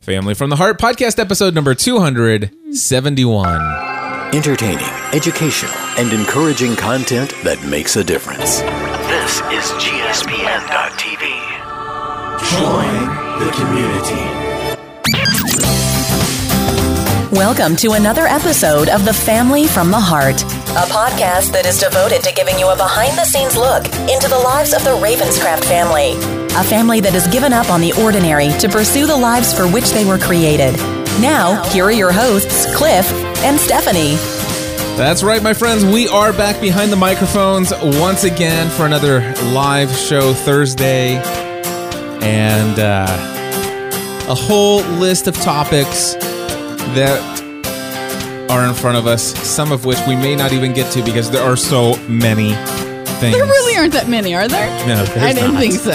Family from the Heart podcast episode number 271. Entertaining, educational, and encouraging content that makes a difference. This is GSPN.TV. Welcome to another episode of The Family from the Heart, a podcast that is devoted to giving you a behind the scenes look into the lives of the Ravenscraft family, a family that has given up on the ordinary to pursue the lives for which they were created. Now, here are your hosts, Cliff and Stephanie. That's right, my friends. We are back behind the microphones once again for another live show Thursday. And uh, a whole list of topics that are in front of us, some of which we may not even get to because there are so many things. There really aren't that many, are there? No, there's I didn't not. think so.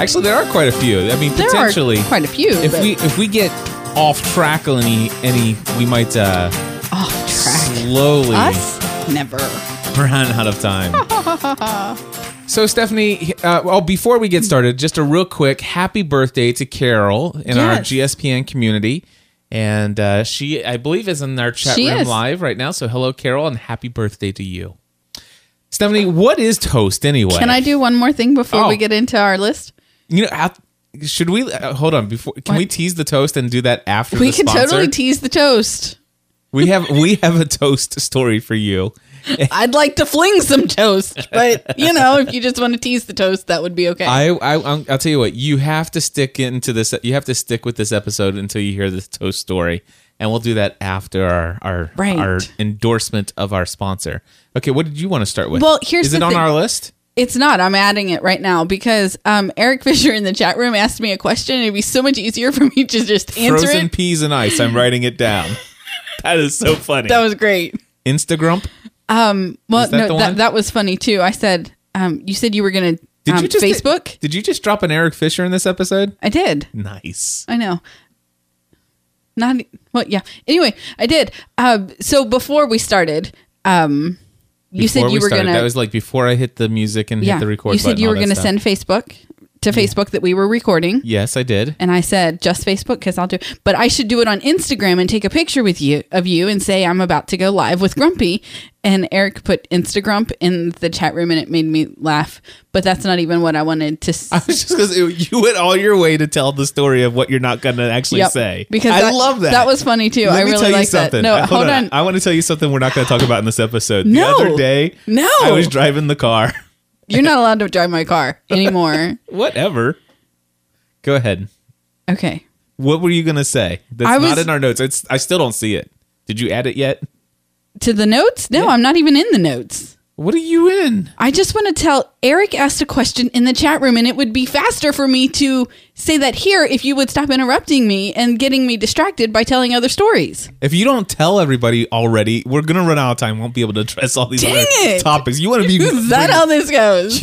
Actually, there are quite a few. I mean, There potentially are quite a few. if but we if we get off track on any any we might uh off track, slowly us never. run out of time so stephanie uh, well before we get started just a real quick happy birthday to carol in our Yes. gspn community and uh, she i believe is in our chat She room is. live right now so hello carol and happy birthday to you stephanie what is toast anyway Can I do one more thing before Oh. we get into our list? you know af- should we uh, hold on before can we What? tease the toast and do that after We the can sponsor? totally tease the toast. we have we have a toast story for you I'd like to fling some toast, but you know, if you just want to tease the toast, that would be okay. I, I I'm- I'll tell you what you have to stick into this you have to stick with this episode until you hear the toast story and we'll do that after our our, Right. our endorsement of our sponsor. Okay, what did you want to start with? Well, here's is the it on thing. our list? It's not. I'm adding it right now because um, Eric Fisher in the chat room asked me a question. and It'd be so much easier for me to just answer Frozen it. peas and ice. I'm writing it down. that is so funny. That was great. Instagram. Well, Is that no, the one? that, that was funny too. I said, um, you said you were gonna Did um, you just Facebook. Did you just drop an Eric Fisher in this episode? I did. Nice. I know. Not e, well, yeah. Anyway, I did. Um, so before we started, um, you Before said we you were started, gonna that was like before I hit the music and yeah. hit the record. you said button, you all were that gonna stuff. send Facebook to Facebook that we were recording, Yes, I did. and I said just Facebook because I'll do. But I should do it on Instagram and take a picture with you of you and say I'm about to go live with Grumpy. And Eric put Instagrump in the chat room, and it made me laugh. But that's not even what I wanted to. s- I was just because you went all your way to tell the story of what you're not going to actually Yep. say. because I that- love that. That was funny too. Let I me really tell you like something. that. No, I- hold, on. I want to tell you something we're not going to talk about in this episode. No. The other day, No. I was driving the car. You're not allowed to drive my car anymore. Whatever. Go ahead. okay. What were you going to say? That's I not was- in our notes. It's I still don't see it. Did you add it yet? To the notes? No, I'm not even in the notes. What are you in? I just want to tell Eric asked a question in the chat room, and it would be faster for me to say that here if you would stop interrupting me and getting me distracted by telling other stories. If you don't tell everybody already, we're going to run out of time. Won't be able to address all these Dang other it. topics. You want to be Is that bring- how this goes?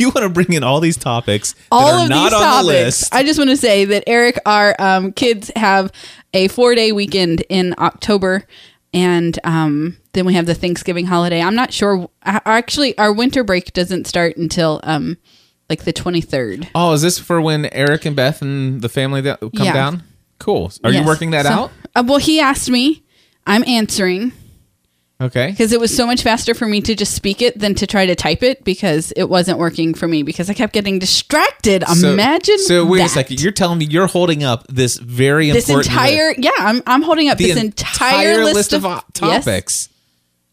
you want to bring in all these topics that All are of not these on topics. the list. I just want to say that Eric, our um, kids have a four day weekend in October, and um, then we have the Thanksgiving holiday. I'm not sure. I, actually, our winter break doesn't start until um, like the 23rd. Oh, is this for when Eric and Beth and the family that come Yeah. down? Cool. Are you Yes. working that So- out? Uh, well, he asked me. I'm answering Okay. because it was so much faster for me to just speak it than to try to type it because it wasn't working for me because I kept getting distracted. So- Imagine. So wait a that. second. You're telling me you're holding up this very this important entire yeah i'm, I'm holding up the this entire, list, of, o- yes. topics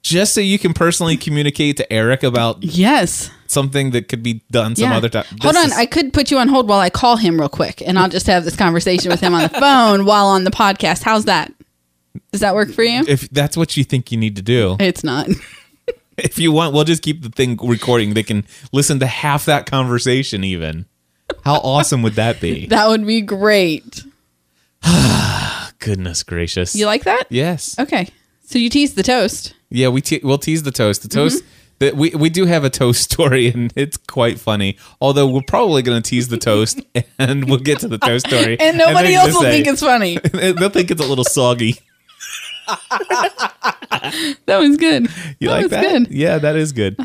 just so you can personally communicate to Eric about yes, something that could be done some yeah. other time. hold This on is- i could put you on hold while i call him real quick and i'll just have this conversation with him on the phone while on the podcast how's that does that work for you if that's what you think you need to do, it's not if you want, we'll just keep the thing recording. They can listen to half that conversation, even. How awesome would that be? that would be great Goodness gracious. you like that yes. okay so you teased the toast Yeah, we te- we'll tease the toast. Mm-hmm. The toast that we we do have a toast story, and it's quite funny. Although we're probably going to tease the toast, and we'll get to the toast story, and nobody they're else gonna will say- think it's funny They'll think it's a little soggy. that was good. You that like was that? Oh, Good. Uh-huh. Yeah, that is good.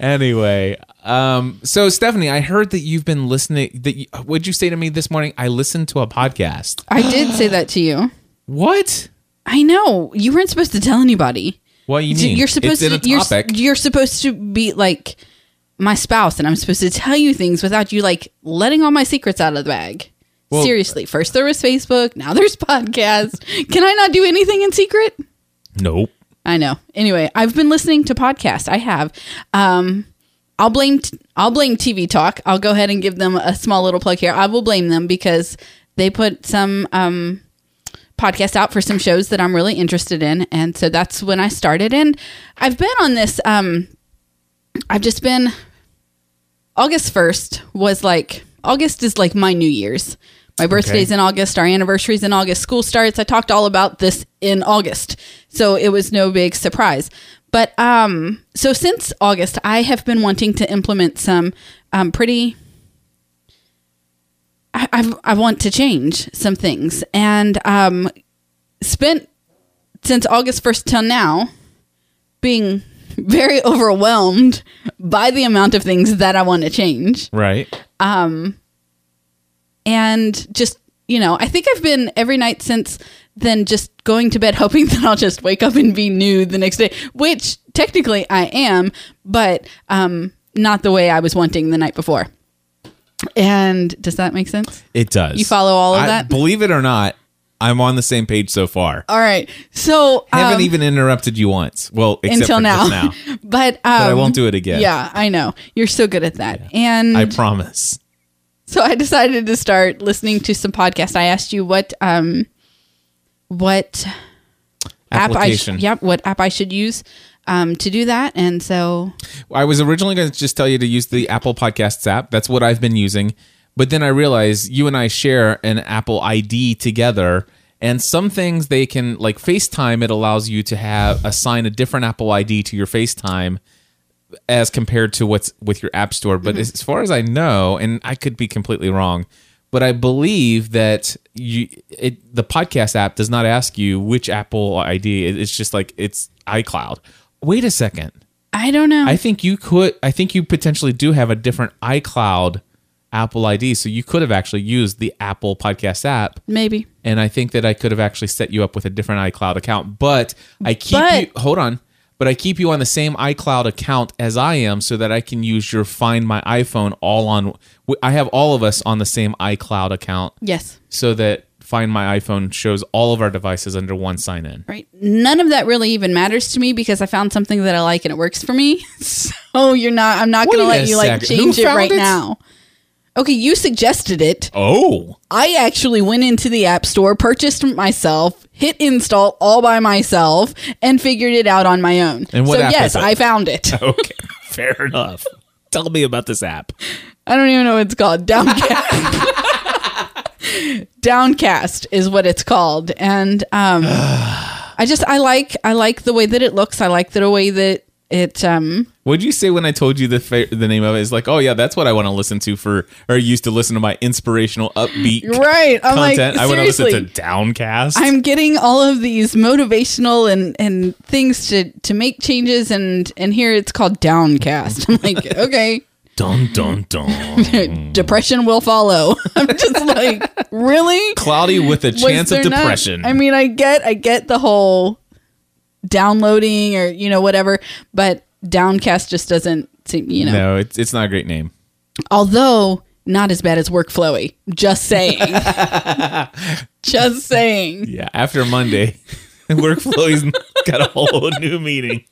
anyway, um, so Stephanie, I heard that you've been listening. That you, what'd you say to me this morning? I listened to a podcast. I did say that to you. What? I know you weren't supposed to tell anybody. What do you D- mean? You're supposed it's in to. a You're, s- topic. you're supposed to be like my spouse, and I'm supposed to tell you things without you like letting all my secrets out of the bag. Well- Seriously, first there was Facebook, now there's podcast. Can I not do anything in secret? nope. I know. Anyway, I've been listening to podcasts. I have. Um, I'll blame t- I'll blame TV Talk. I'll go ahead and give them a small little plug here. I will blame them because they put some um, podcast out for some shows that I'm really interested in, and so that's when I started. And I've been on this. Um, I've just been. August first was like August is like my New Year's. My birthday's Okay. in August. Our anniversary's in August. School starts. I talked all about this in August, so it was no big surprise. But um, so since August, I have been wanting to implement some um, pretty I, I've, I want to change some things and um, spent since August 1st till now being very overwhelmed by the amount of things that I want to change. Right. And just, you know, I think I've been every night since then just going to bed hoping that I'll just wake up and be new the next day, which technically I am, but um, not the way I was wanting the night before. And does that make sense? It does. You follow all of I- that? Believe it or not, I'm on the same page so far. All right. So haven't um, even interrupted you once. Well, except until for now. just now. but um, I won't do it again. Yeah, I know. You're so good at that. And I promise. so I decided to start listening to some podcasts. I asked you what um what app I sh- Application. yep, what app I should use um to do that. And so I was originally going to just tell you to use the Apple Podcasts app. That's what I've been using. But then I realized you and I share an Apple ID together. And some things they can, like FaceTime, it allows you to have assign a different Apple ID to your FaceTime as compared to what's with your App Store. But as far as I know, and I could be completely wrong, but I believe that you it, the podcast app does not ask you which Apple ID. It- it's just like it's iCloud. Wait a second. I don't know. I think you could. I think you potentially do have a different iCloud Apple ID, so you could have actually used the Apple Podcast app. Maybe. And I think that I could have actually set you up with a different iCloud account, but I keep But- you. Hold on, but I keep you on the same iCloud account as I am, so that I can use your Find My iPhone all on. I have all of us on the same iCloud account, Yes. so that Find My iPhone shows all of our devices under one sign in. Right. None of that really even matters to me because I found something that I like and it works for me. So you're not I'm not Wait going to a let you like second. Who change it found right it? now. Okay, you suggested it. Oh, I actually went into the app store, purchased it myself, hit install all by myself, and figured it out on my own. And what so app yes, is it? I found it. okay, fair enough. Tell me about this app. I don't even know what it's called. Downcast. Downcast is what it's called, and um, I just I like I like the way that it looks. I like the way that it um What did you say when I told you the fa- the name of it? It's like, oh yeah, that's what I want to listen to for, or used to listen to my inspirational, upbeat you're right. I'm content. like I want to seriously. listen to Downcast. I'm getting all of these motivational and and things to to make changes and and here it's called downcast. I'm like, okay, dun dun dun. depression will follow. I'm just like, really? Cloudy with a Was chance of there not- depression. I mean, I get I get the whole downloading or you know whatever, but downcast just doesn't seem, you know. no, it's it's not a great name. Although not as bad as workflowy. Just saying. just saying. Yeah, after Monday, workflow's got a whole new meaning.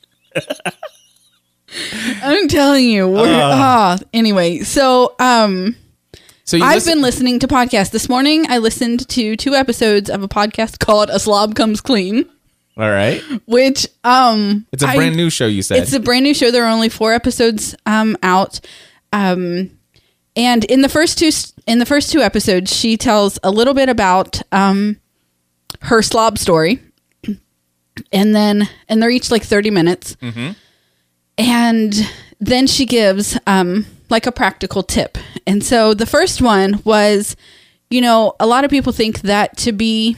I'm telling you. We're, Uh. ah. anyway, so um, So you I've listen- been listening to podcasts. This morning, I listened to two episodes of a podcast called "A Slob Comes Clean," all right. which um, It's a I- brand new show. You said It's a brand new show. There are only four episodes um, out. Um, and in the first two in the first two episodes, she tells a little bit about um, her slob story, and then and they're each like thirty minutes, and then she gives um, like a practical tip. And so the first one was, you know, a lot of people think that to be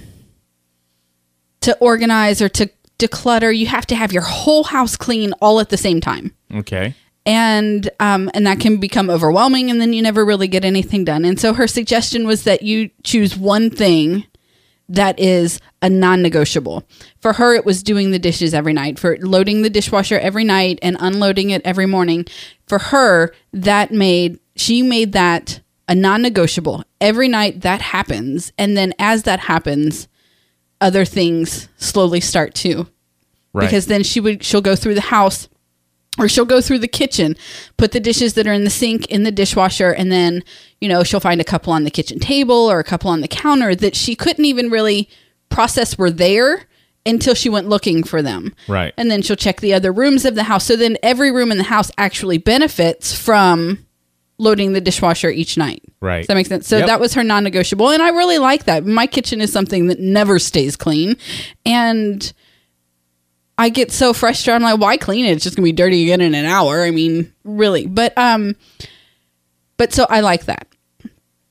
to organize or to declutter. You have to have your whole house clean all at the same time. Okay. And um, and that can become overwhelming, and then you never really get anything done. And so her suggestion was that you choose one thing that is a non-negotiable. For her, it was doing the dishes every night, for loading the dishwasher every night and unloading it every morning. For her, that made she made that a non-negotiable. Every night that happens, and then as that happens, other things slowly start to Right. because then she would she'll go through the house or she'll go through the kitchen put the dishes that are in the sink in the dishwasher and then you know she'll find a couple on the kitchen table or a couple on the counter that she couldn't even really process were there until she went looking for them Right. and then she'll check the other rooms of the house so then every room in the house actually benefits from loading the dishwasher each night Right. does that make sense? So Yep. that was her non-negotiable, and I really like that. My kitchen is something that never stays clean, and I get so frustrated. I'm like, why clean it? It's just gonna be dirty again in an hour. I mean, really. But um, but so I like that.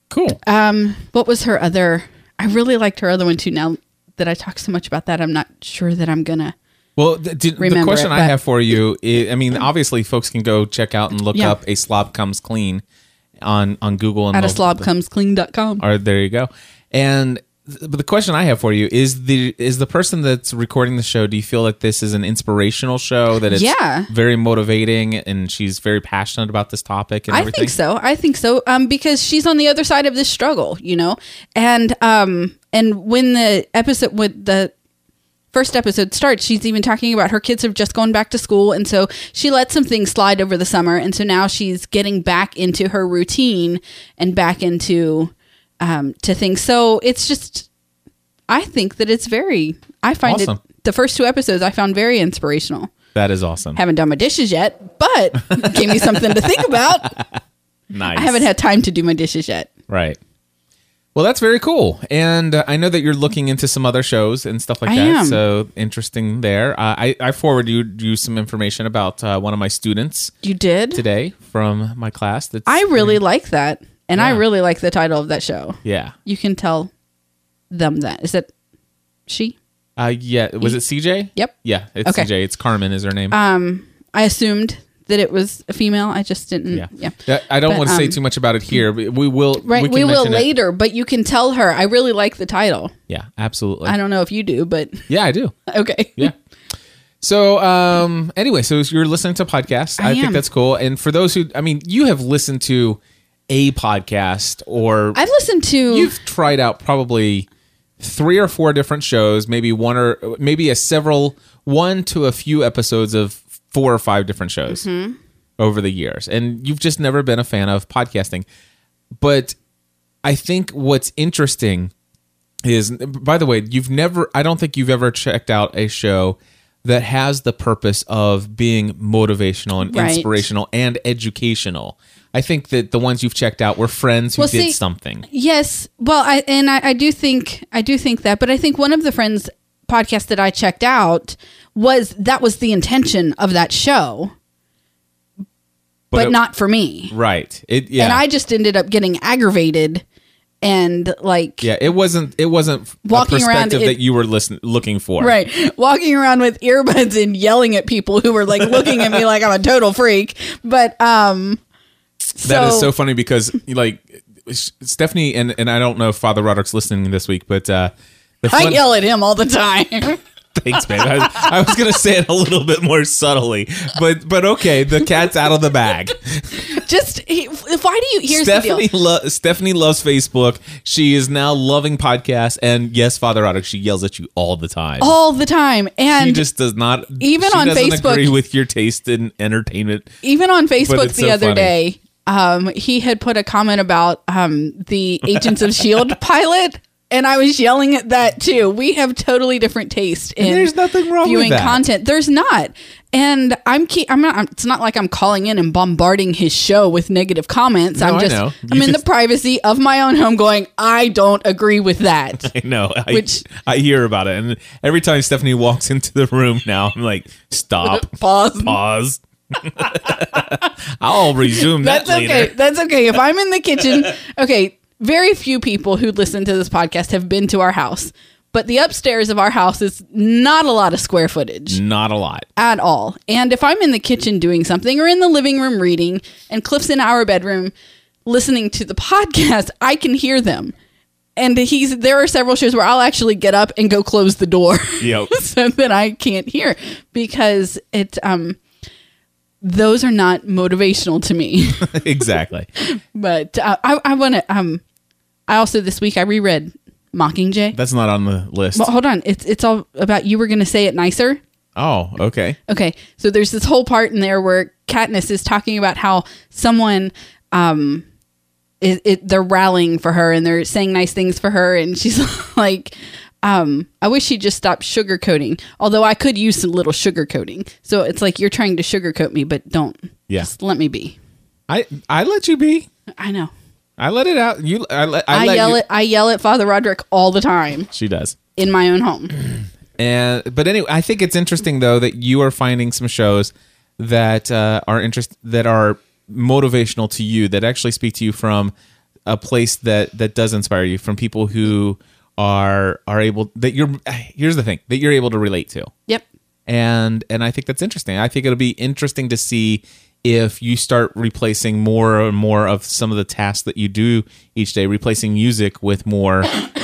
cool. Um, what was her other? I really liked her other one too. Now that I talk so much about that, I'm not sure that I'm gonna. Well, the, the- the Remember question it, I but- have for you, is, I mean, obviously, folks can go check out and look Yeah. up "A Slob Comes Clean" on on Google and Out of they'll- slob comes clean.com. Or there you go. And th- but the question I have for you is the is the person that's recording the show. Do you feel that this is an inspirational show? That it's Yeah. very motivating, and she's very passionate about this topic and I everything. think so. I think so. Um, because she's on the other side of this struggle, you know, and um, and when the episode with the first episode starts, she's even talking about her kids have just gone back to school, and so she let some things slide over the summer, and so now she's getting back into her routine and back into um to things. So it's just, I think that it's very. I find Awesome. it the first two episodes I found very inspirational. That is awesome. Haven't done my dishes yet, but gave me something to think about. nice. I haven't had time to do my dishes yet. Right. Well, that's very cool, and uh, I know that you're looking into some other shows and stuff like I that. am. So interesting there. Uh, I I forwarded you, you some information about uh, one of my students You did? today from my class. That's I really like that. And I Yeah. really like the title of that show. yeah You can tell them that. Is that she? uh, yeah was it CJ? Yep. Yeah, it's Okay. Um, CJ. It's Carmen is her name. I assumed that it was a female. I just didn't. yeah. Yeah. Yeah, I don't But, want to say um, too much about it here. But we will. Right. can We, will mention it. later, but you can tell her. I really like the title. Yeah, absolutely. I don't know if you do, but yeah, I do. okay. Yeah. So um anyway, so you're listening to podcasts. I, I think am. that's cool. And for those who I mean, you have listened to a podcast or I've listened to. you've tried out probably three or four different shows, maybe one or maybe a several one to a few episodes of four or five different shows Mm-hmm. over the years. And you've just never been a fan of podcasting. But I think what's interesting is by the way, you've never I don't think you've ever checked out a show that has the purpose of being motivational and Right. inspirational and educational. I think that the ones you've checked out were friends who Well, did see, something. Yes. Well, I and I, I do think I do think that, but I think one of the friends podcasts that I checked out was that was the intention of that show, but, it- not for me. right. It yeah. And I just ended up getting aggravated and like yeah, it wasn't it wasn't Walking a around, perspective it- that you were listen, looking for. right walking around with earbuds and yelling at people who were like looking at me like I'm a total freak. But um That is so, funny because like Stephanie and and I don't know if Father Roderick's listening this week, but uh the I fun- yell at him all the time. Thanks, babe. I, was- I was gonna say it a little bit more subtly, but but okay. The cat's out of the bag. Just he, why do you? Here's the deal. Stephanie lo- Stephanie loves Facebook. She is now loving podcasts, and yes, Father Roderick. She yells at you all the time. all the time she Oh, and just does not. even she on doesn't Facebook- agree with your taste in entertainment. even on Facebook it's so the other funny. day, um, he had put a comment about um, the Agents of Shield E pilot, and I was yelling at that too. We have totally different taste in there's nothing wrong with viewing that. content. There's not, and I'm keep, I'm not. I'm, it's not like I'm calling in and bombarding his show with negative comments. No, I I'm just know. I'm You in just- the privacy of my own home, going. I don't agree with that. I know. I, Which- I hear about it, and every time Stephanie walks into the room now, I'm like, stop, Pause. pause. I'll resume that That's later. okay. That's okay. If I'm in the kitchen, okay, very few people who listen to this podcast have been to our house. But the upstairs of our house is not a lot of square footage Not a lot. at all. And if I'm in the kitchen doing something or in the living room reading and Cliff's in our bedroom listening to the podcast, I can hear them. And he's there are several shows where I'll actually get up and go close the door Yep. so that I can't hear because it um those are not motivational to me. exactly. but uh, I I want to um I also this week I reread Mockingjay. That's not on the list. But hold on, it's it's all about you were going to say it nicer. Oh, okay. Okay, so there's this whole part in there where Katniss is talking about how someone, um, it, it they're rallying for her and they're saying nice things for her, and she's like, um, I wish she just stopped sugarcoating. Although I could use some little sugarcoating. So it's like you're trying to sugarcoat me, but don't. Yeah. Just let me be. I I let you be. I know. I let it out. You. I let. I, I, let yell you- at I yell at Father Roderick all the time She does. in my own home. And but anyway, I think it's interesting though that you are finding some shows that uh, are interest that are motivational to you that actually speak to you from a place that that does inspire you from people who are are able that you're here's the thing that you're able to relate to Yep. and and I think that's interesting. I think it'll be interesting to see if you start replacing more and more of some of the tasks that you do each day, replacing music with more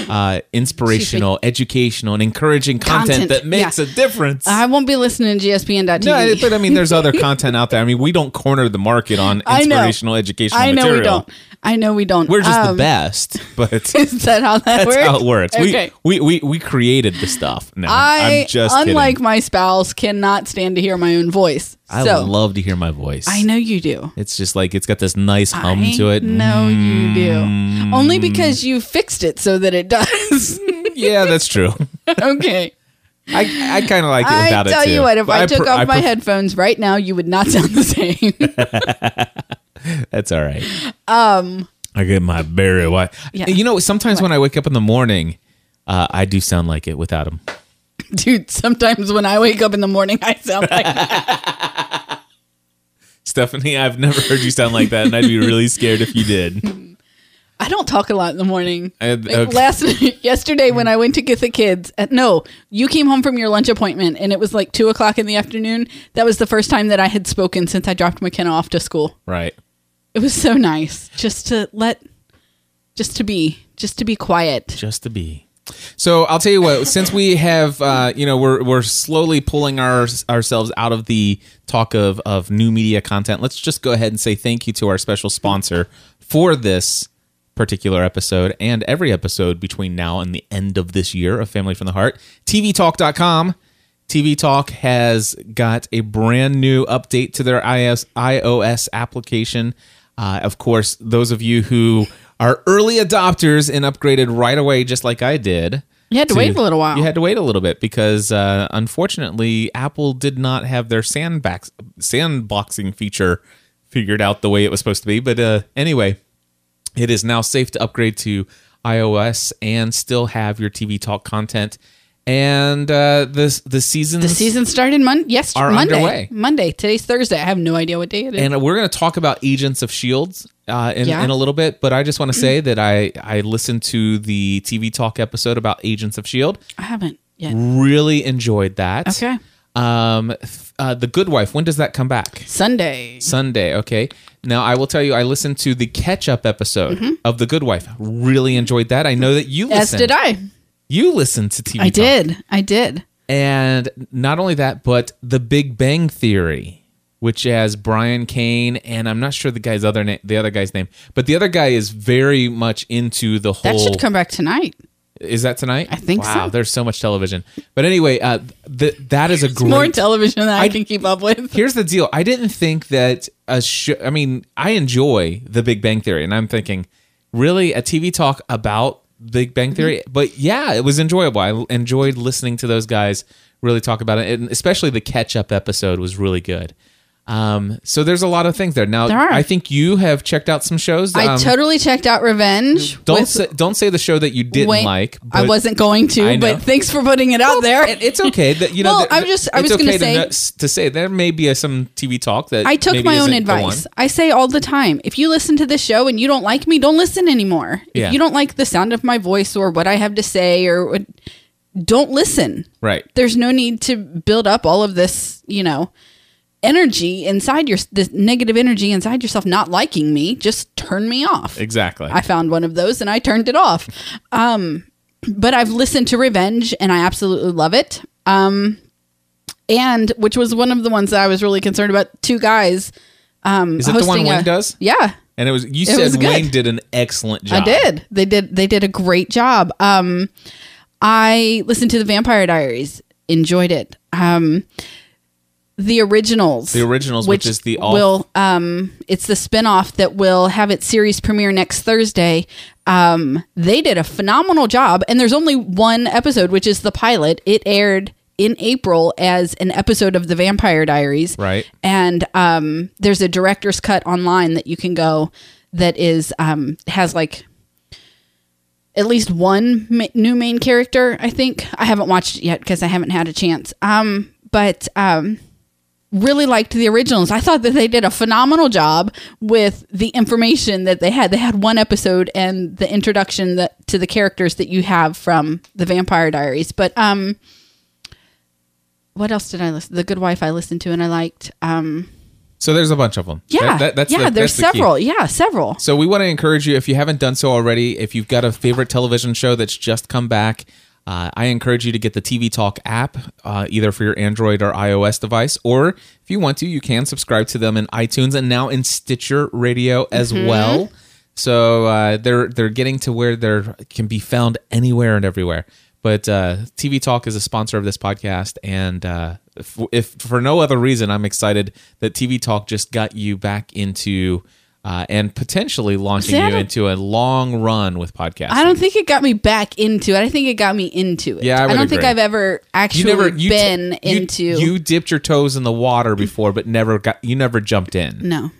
uh, inspirational, educational, and encouraging content, Content, that makes yeah. a difference. I won't be listening to GSPN.TV. no, I- but I mean, there's other content out there. I mean, we don't corner the market on I know. inspirational, educational I know material. we don't. I know we don't. We're just Um, the best, but Is that how that that's works? how it works. Okay. We, we we we created the stuff. No, I, am just kidding. unlike my spouse, cannot stand to hear my own voice. I so love to hear my voice. I know you do. It's just like it's got this nice hum I to it. Mm. know you do. Only because you fixed it so that it does. Yeah, that's true. okay. I, I kind of like it I without it tell too. you what, if But I, took pre- off I my pre- headphones right now, you would not sound the same. that's all right. Um, I get my berry white. Yeah. You know, sometimes when I wake up in the morning, uh, I do sound like it without them. Dude, sometimes when I wake up in the morning, I sound like Stephanie, I've never heard you sound like that, and I'd be really scared if you did. I don't talk a lot in the morning. I- Like, okay. Last yesterday when I went to get the kids, uh, no, you came home from your lunch appointment and it was like two o'clock in the afternoon. That was the first time that I had spoken since I dropped McKenna off to school. Right. It was so nice just to let, just to be, just to be quiet. just to be. So I'll tell you what. Since we have, uh, you know, we're we're slowly pulling our ourselves out of the talk of of new media content. Let's just go ahead and say thank you to our special sponsor for this particular episode and every episode between now and the end of this year of Family from the Heart. TVTalk.com. TV Talk has got a brand new update to their IS, iOS application. Uh, of course, those of you who are early adopters and upgraded right away, just like I did. You had to wait a little while. You had to wait a little bit because, uh, unfortunately, Apple did not have their sandbox sandboxing feature figured out the way it was supposed to be. But uh, anyway, it is now safe to upgrade to iOS and still have your TV Talk content. And uh, this the seasons The season started mon- yes, Are Monday. underway. Monday. Today's Thursday. I have no idea what day it is. and we're going to talk about agents of shields uh, in, Yeah. in a little bit but i just want to say that i i listened to the tv talk episode about agents of shield I haven't yet. E really enjoyed that Okay. um th- uh, the good wife when does that come back Sunday. sunday okay now i will tell you i listened to the catch up episode of the good wife really enjoyed that i know that you Mm-hmm. As listened did I. you listened to tv I Talk. did. I did. And not only that, but The Big Bang Theory, which has Brian Kane and I'm not sure the guy's other name, the other guy's name, but the other guy is very much into the whole. That should come back tonight. Is that tonight? I think wow, so. There's so much television. But anyway, uh, th- that is a great. More television that I, I- can keep up with. Here's the deal. I didn't think that a show. I mean, I enjoy The Big Bang Theory, and I'm thinking, really, a TV talk about Big Mm-hmm. Bang Theory. But yeah, it was enjoyable. I l- enjoyed listening to those guys really talk about it, and especially the catch up episode was really good. Um, so there's a lot of things there. Now, There are. I think you have checked out some shows. I um, totally checked out Revenge. don't with say, don't say the show that you didn't Wayne- like. I but- wasn't going to, I know. but thanhanks for putting it out there. And it's okay that you know. Well, that- I'm just- I it's was gonna okay to say- no- to say there may be a, some TV talk that I took maybe my own isn't the advice. one. I say all the time if you listen to this show and you don't like me, don't listen anymore. Yeah. If you don't like the sound of my voice or what I have to say or what, don't listen. Right. There's no need to build up all of this, you know, energy inside your this negative energy inside yourself not liking me, just turn me off. Exactly. I found one of those and I turned it off. Um, but I've listened to Revenge and I absolutely love it. Um, and which was one of the ones that I was really concerned about. Two guys. Um, Is it the one hosting a- Wayne does? Yeah, And it was you It said was good. Wayne did an excellent job. I did. They did. They did a great job. Um, I listened to the Vampire Diaries. Enjoyed it. Um, the originals. The Originals, which is the all- will. Um, it's the spinoff that will have its series premiere next Thursday. Um, they did a phenomenal job, and there's only one episode, which is the pilot. It aired in April as an episode of the Vampire Diaries Right. and um, there's a director's cut online that you can go that is um, has like at least one ma- new main character i think i haven't watched it yet because i haven't had a chance um, but um, really liked the originals i thought that they did a phenomenal job with the information that they had they had one episode and the introduction that, to the characters that you have from the vampire diaries but um, what else did i listen the good wife i listened to and i liked um, So there's a bunch of them. yeah, That- that- that's yeah. the- there's that's the key. several. Yeah, several. So we want to encourage you if you haven't done so already, if you've got a favorite television show that's just come back, uh, I encourage you to get the TV Talk app, uh, either for your Android or iOS device, or if you want to, you can subscribe to them in iTunes and now in Stitcher Radio as Mm-hmm. well. So uh, they're they're getting to where they are can be found anywhere and everywhere. But uh, TV Talk is a sponsor of this podcast, and uh, if, if for no other reason, I'm excited that TV Talk just got you back into uh, and potentially launching See, I you don't- into a long run with podcasting. I don't think it got me back into it. I think it got me into it. Yeah, I would don't think agree. I've ever actually you t- been you- into. you dipped your toes in the water before, but never got you never jumped in. no,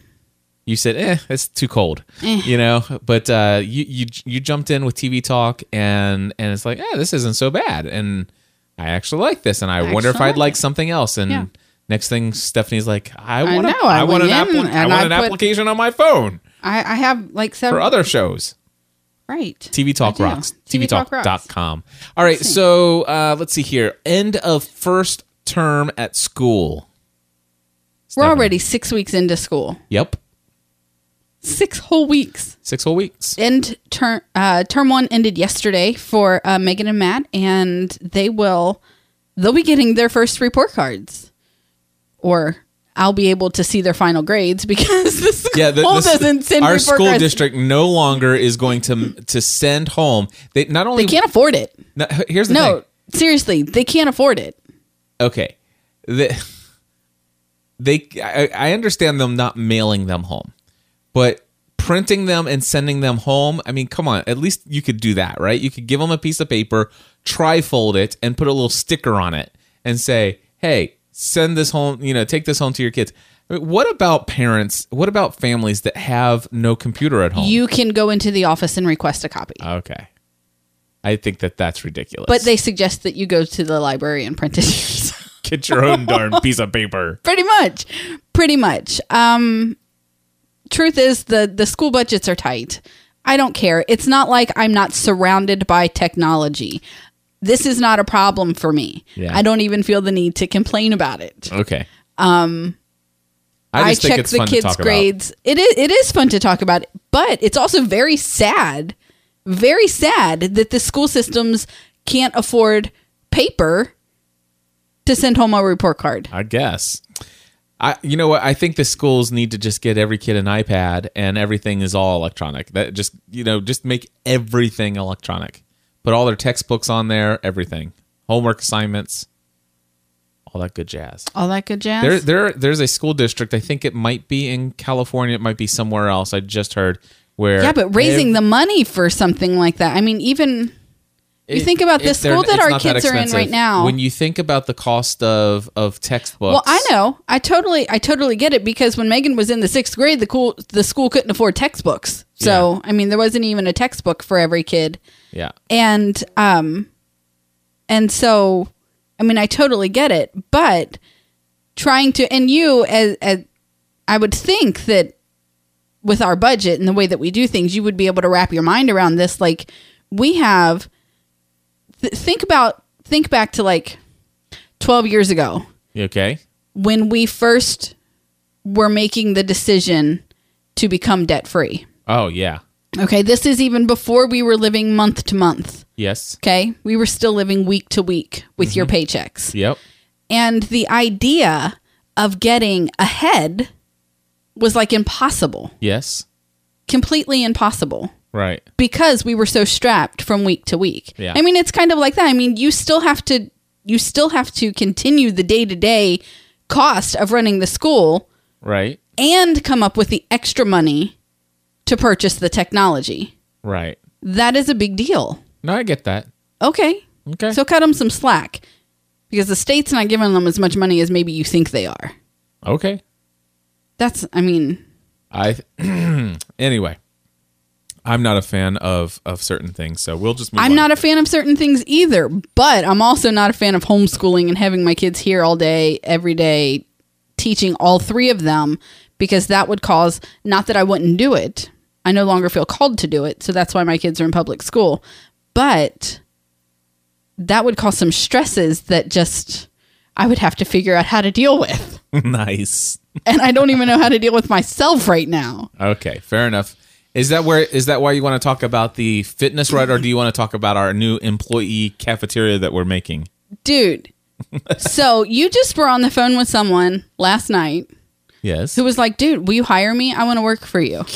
You said, "Eh, it's too cold," Eh. you know. But uh, you you you jumped in with TV Talk, and and it's like, "Eh, this isn't so bad," and I actually like this, and I, wonder if actually I'd like like something else, and. Yeah. Next thing, Stephanie's like, "I I want, a- know, I I want an, went appli- in I and want I an put- application on my phone I, I have like for several. other shows." right. TV Talk I do. Rocks. TV Talk Rocks. TVTalk.com. All right. So uh, let's see here. End of first term at school. We're Stephanie. already six weeks into school. Yep. Six whole weeks. Six whole weeks. End term. Uh, term one ended yesterday for uh, Megan and Matt, and they will. They'll be getting their first report cards, or I'll be able to see their final grades because the school Yeah, the, the- doesn't send our report school cards. district no longer is going to to send home. They not only They can't afford it. no, here's the No, thing. seriously, they can't afford it. Okay, the, they I, I understand them not mailing them home, but printing them and sending them home. I mean, come on, at least you could do that, right? You could give them a piece of paper, trifold it, and put a little sticker on it, and say, "Hey, send this home. You know, take this home to your kids." I mean, what about parents? What about families that have no computer at home? You can go into the office and request a copy, Okay. I think that that's ridiculous. but they suggest that you go to the library and print it yourself. get your own darn piece of paper. pretty much, pretty much. Um, truth is, the the school budgets are tight. I don't care. It's not like I'm not surrounded by technology. This is not a problem for me. Yeah. I don't even feel the need to complain about it. Okay. Um I, I just think check it's the fun to kids' talk about. grades. It is it is fun to talk about, but it's also very sad, very sad that the school systems can't afford paper to send home a report card. I guess. I you know what? I think the schools need to just get every kid an iPad and everything is all electronic. That just you know, just make everything electronic. Put all their textbooks on there, everything. Homework assignments, all that good jazz. All that good jazz. There, there, there's a school district. I think it might be in California. It might be somewhere else. I just heard where. yeah, but raising ev- the money for something like that. I mean, even you it- think about the it- they're- school that it's our not kids are in expensive. right now. When you think about the cost of of textbooks, well, I know, I totally, I totally get it because when Megan was in the sixth grade, the cool, the school couldn't afford textbooks. So I mean, there wasn't even a textbook for every kid. Yeah, and um and so i mean i totally get it but trying to and you as, as i would think that with our budget and the way that we do things you would be able to wrap your mind around this like we have th- think about think back to like 12 years ago You okay? when we first were making the decision to become debt free. Oh yeah. Okay, this is even before we were living month to month. Yes. Okay, we were still living week to week with your paychecks. Yep. And the idea of getting ahead was like impossible, Yes. completely impossible Right. because we were so strapped from week to week. Yeah. I mean, it's kind of like that. I mean, you still have to you still have to continue the day-to-day cost of running the school Right. and come up with the extra money to purchase the technology. Right. That is a big deal. No, I get that. Okay. Okay. So cut them some slack because the state's not giving them as much money as maybe you think they are. okay. That's, I mean, I anyway. I'm not a fan of of certain things, so we'll just move I'm on. not a fan of certain things either, but I'm also not a fan of homeschooling and having my kids here all day, every day, teaching all three of them because that would cause, not that I wouldn't do it. I no longer feel called to do it. So that's why my kids are in public school. But that would cause some stresses that just I would have to figure out how to deal with. nice. And I don't even know how to deal with myself right now. Okay, fair enough. Is that where is that why you want to talk about the fitness ride, or do you want to talk about our new employee cafeteria that we're making? Dude. so you just were on the phone with someone last night Yes. who was like, dude, will you hire me? I want to work for you.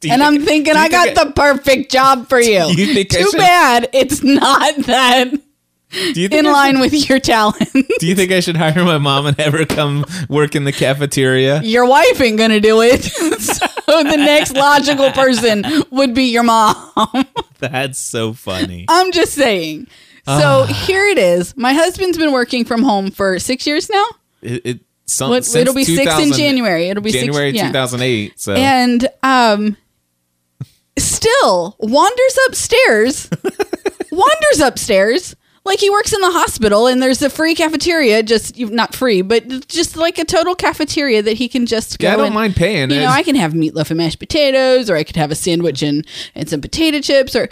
Do you And I'm think- thinking, do you I got think the perfect job for Do you. you think I Too should- bad it's not that I- do you in I should- line with your talent. Do you think I should hire my mom and have her come work in the cafeteria? your wife ain't going to do it. so the next logical person would be your mom. That's so funny. I'm just saying. Ah. So here it is. My husband's been working from home for six years now. It, it some, What- since it'll be six in 2000 January. It'll be six- January yeah. 2008. So and um still wanders upstairs wanders upstairs like he works in the hospital and there's a free cafeteria just not free but just like a total cafeteria that he can just go yeah, I don't and- mind paying. you know It's- i can have meatloaf and mashed potatoes or i could have a sandwich and and some potato chips or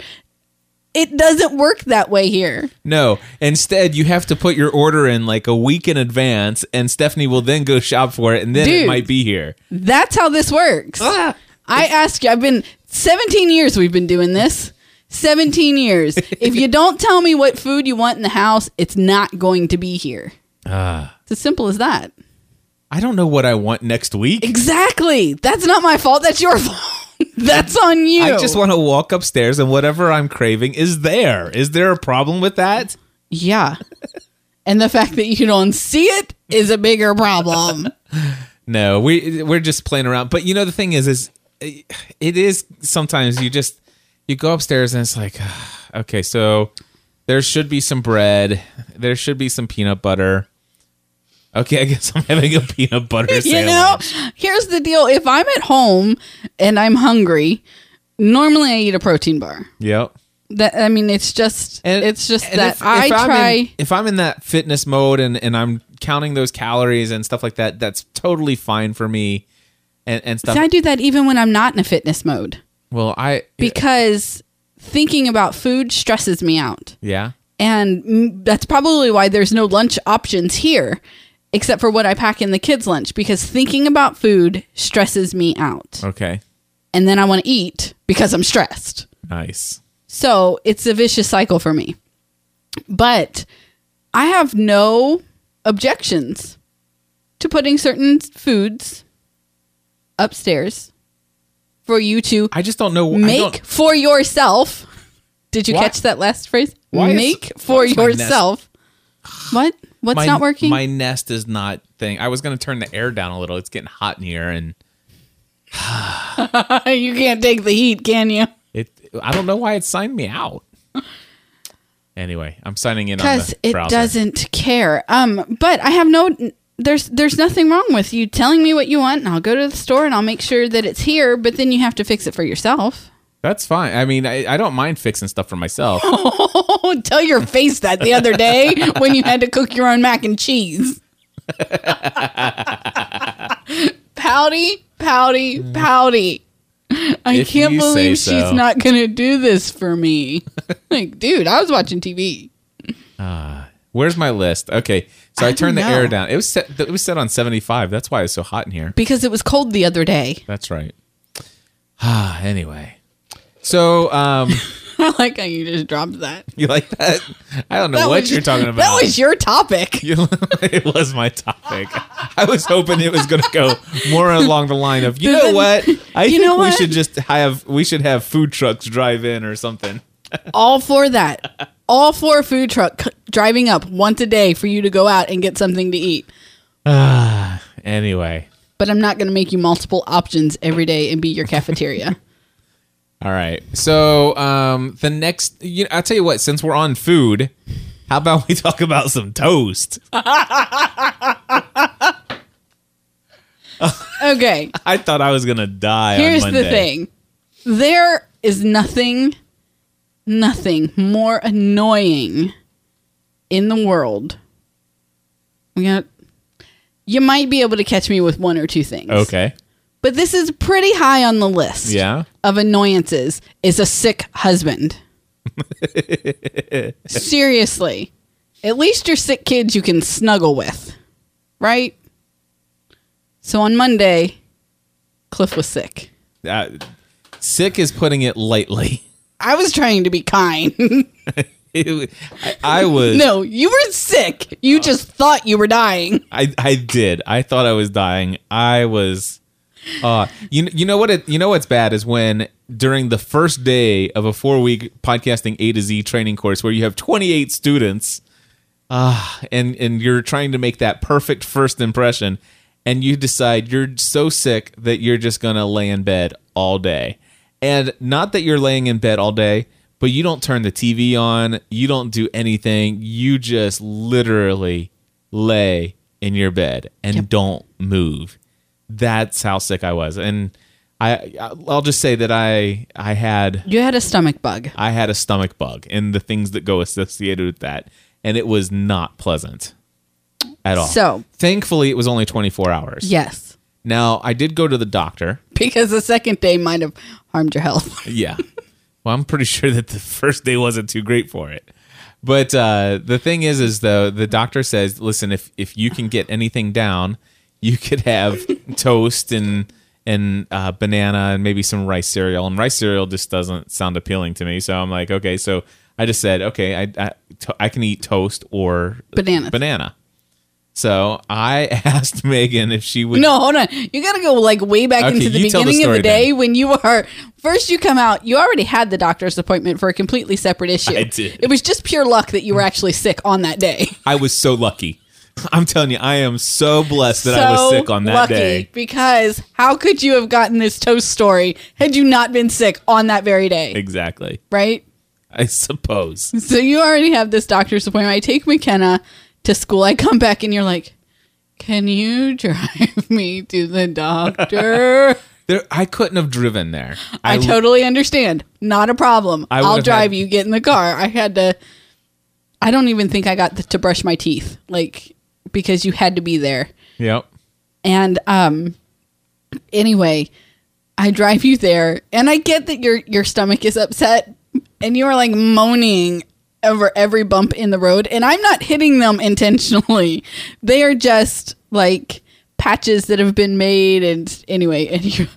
it doesn't work that way here No, instead you have to put your order in like a week in advance, and Stephanie will then go shop for it, and then it Dude. Ah! might be here. That's how this works. I ask you, I've been 17 years we've been doing this. 17 years. if you don't tell me what food you want in the house, it's not going to be here. it's as simple as that. I don't know what I want next week. Exactly. That's not my fault. That's your fault. That's on you. I just want to walk upstairs and whatever I'm craving is there. Is there a problem with that? Yeah. And the fact that you don't see it is a bigger problem. No, we we're just playing around. But you know the thing is is eh, it is sometimes you just you go upstairs and it's like okay, so there should be some bread. There should be some peanut butter. Okay, I guess I'm having a peanut butter sandwich. you know here's the deal if i'm at home and i'm hungry normally i eat a protein bar Yep. that i mean it's just it's just and that if- if i I'm try in- if I'm in that fitness mode and and I'm counting those calories and stuff like that, that's totally fine for me. And and stuff. See, i do that even when i'm not in a fitness mode well, I because thinking about food stresses me out yeah. and mm, that's probably why there's no lunch options here except for what i pack in the kids lunch because thinking about food stresses me out Okay. and then i want to eat because i'm stressed Nice. So it's a vicious cycle for me. But I have no objections to putting certain foods upstairs for you to I just don't know. I don't- make for yourself. Did you Why- catch that last phrase? Why is- make why for is my nest- yourself. What? What's my, not working? My nest is not thing. I was going to turn the air down a little. It's getting hot in here, and you can't take the heat, can you? it. I don't know why it signed me out. Anyway, I'm signing in on because the it browser. doesn't care. Um, but I have no. There's there's nothing wrong with you telling me what you want, and I'll go to the store and I'll make sure that it's here. But then you have to fix it for yourself. That's fine. I mean, I, I don't mind fixing stuff for myself. Oh, tell your face that the other day when you had to cook your own mac and cheese. pouty, pouty, pouty. I If can't you say believe so. she's not gonna do this for me. like, dude, I was watching TV. Where's my list? Okay, so I, I turned the don't air know. down. It was set. It was set on seventy five. That's why it's so hot in here. because it was cold the other day. That's right. Ah, anyway. So um, I like how you just dropped that. you like that? I don't know That what was- you're talking about. That was your topic. You- it was my topic. I was hoping it was going to go more along the line of, you But know then- what? I you think know we what? should just have we should have food trucks drive in or something. All for that. All for a food truck c- driving up once a day for you to go out and get something to eat. Anyway, But I'm not going to make you multiple options every day and be your cafeteria. all right. So um, the next, you know, I'll tell you what. Since we're on food, how about we talk about some toast? okay. I thought I was gonna die. on Here's the Monday. thing there is nothing, nothing more annoying in the world. We got, you might be able to catch me with one or two things. Okay. But this is pretty high on the list Yeah. of annoyances is a sick husband. Seriously. At least your sick kids you can snuggle with, right? So on Monday, Cliff was sick. Uh, sick is putting it lightly. I was trying to be kind. It- I, I was. no, you were sick. You just thought you were dying. I, I did. I thought I was dying. I was. Uh, you you know what it you know what's bad is when during the first day of a four week podcasting A to Z training course where you have twenty eight students, ah, and and you're trying to make that perfect first impression, and you decide you're so sick that you're just gonna lay in bed all day, and not that you're laying in bed all day, but you don't turn the TV on, you don't do anything, you just literally lay in your bed and don't move. That's how sick I was, and I I'll just say that I I had You had a stomach bug. I had a stomach bug and the things that go associated with that, and it was not pleasant at all. So- thankfully, it was only 24 hours. Yes. Now I did go to the doctor. Because the second day might have harmed your health. Yeah. well, I'm pretty sure that the first day wasn't too great for it. But uh, the thing is, is though the doctor says, listen, if if you can get anything down, you could have toast and and uh, banana and maybe some rice cereal. And rice cereal just doesn't sound appealing to me. So I'm like, okay. So I just said, okay, I I, to- I can eat toast or Bananas. Banana. So I asked Megan if she would. No, hold on. You got to go like way back Okay, into the you tell the beginning of story the day then. when you are first you come out, you already had the doctor's appointment for a completely separate issue. I did. It was just pure luck that you were actually sick on that day. I was so lucky. I'm telling you, I am so blessed that I was So sick on that lucky, day. Because how could you have gotten this toast story had you not been sick on that very day? Exactly. Right? I suppose. So you already have this doctor's appointment. I take McKenna to school. I come back and you're like, Can you drive me to the doctor? There, I couldn't have driven there. I, totally understand. Not a problem. I I will would've drive had- you. Get in the car. I had to. I don't even think I got to brush my teeth, like because you had to be there. Yep. And um, anyway, I drive you there, and I get that your your stomach is upset, and you are like moaning over every bump in the road, and I'm not hitting them intentionally. They are just like patches that have been made, and anyway, and you.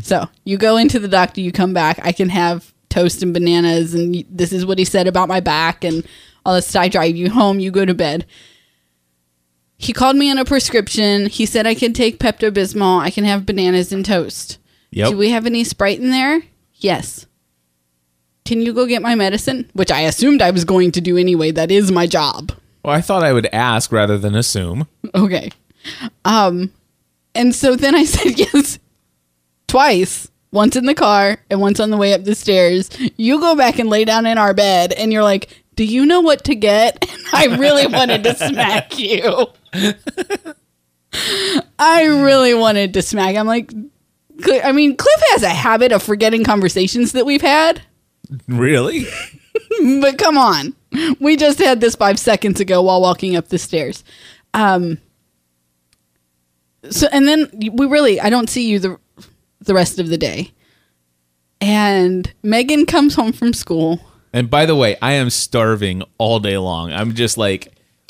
So you go into the doctor, you come back. I can have toast and bananas, and y- this is what he said about my back and all this. I drive you home, you go to bed. He called me on a prescription. He said I can take Pepto Bismol. I can have bananas and toast. Yep. Do we have any Sprite in there? Yes. Can you go get my medicine? Which I assumed I was going to do anyway. That is my job. Well, I thought I would ask rather than assume. Okay. Um, and so then I said yes twice. Once in the car and once on the way up the stairs. You go back and lay down in our bed and you're like, Do you know what to get? And I really wanted to smack you. I really wanted to smack. I'm like, Cl- I mean, Cliff has a habit of forgetting conversations that we've had, Really? but come on. We just had this five seconds ago while walking up the stairs. Um, so and then we really I don't see you the the rest of the day. And Megan comes home from school And by the way, I am starving all day long. I'm just like,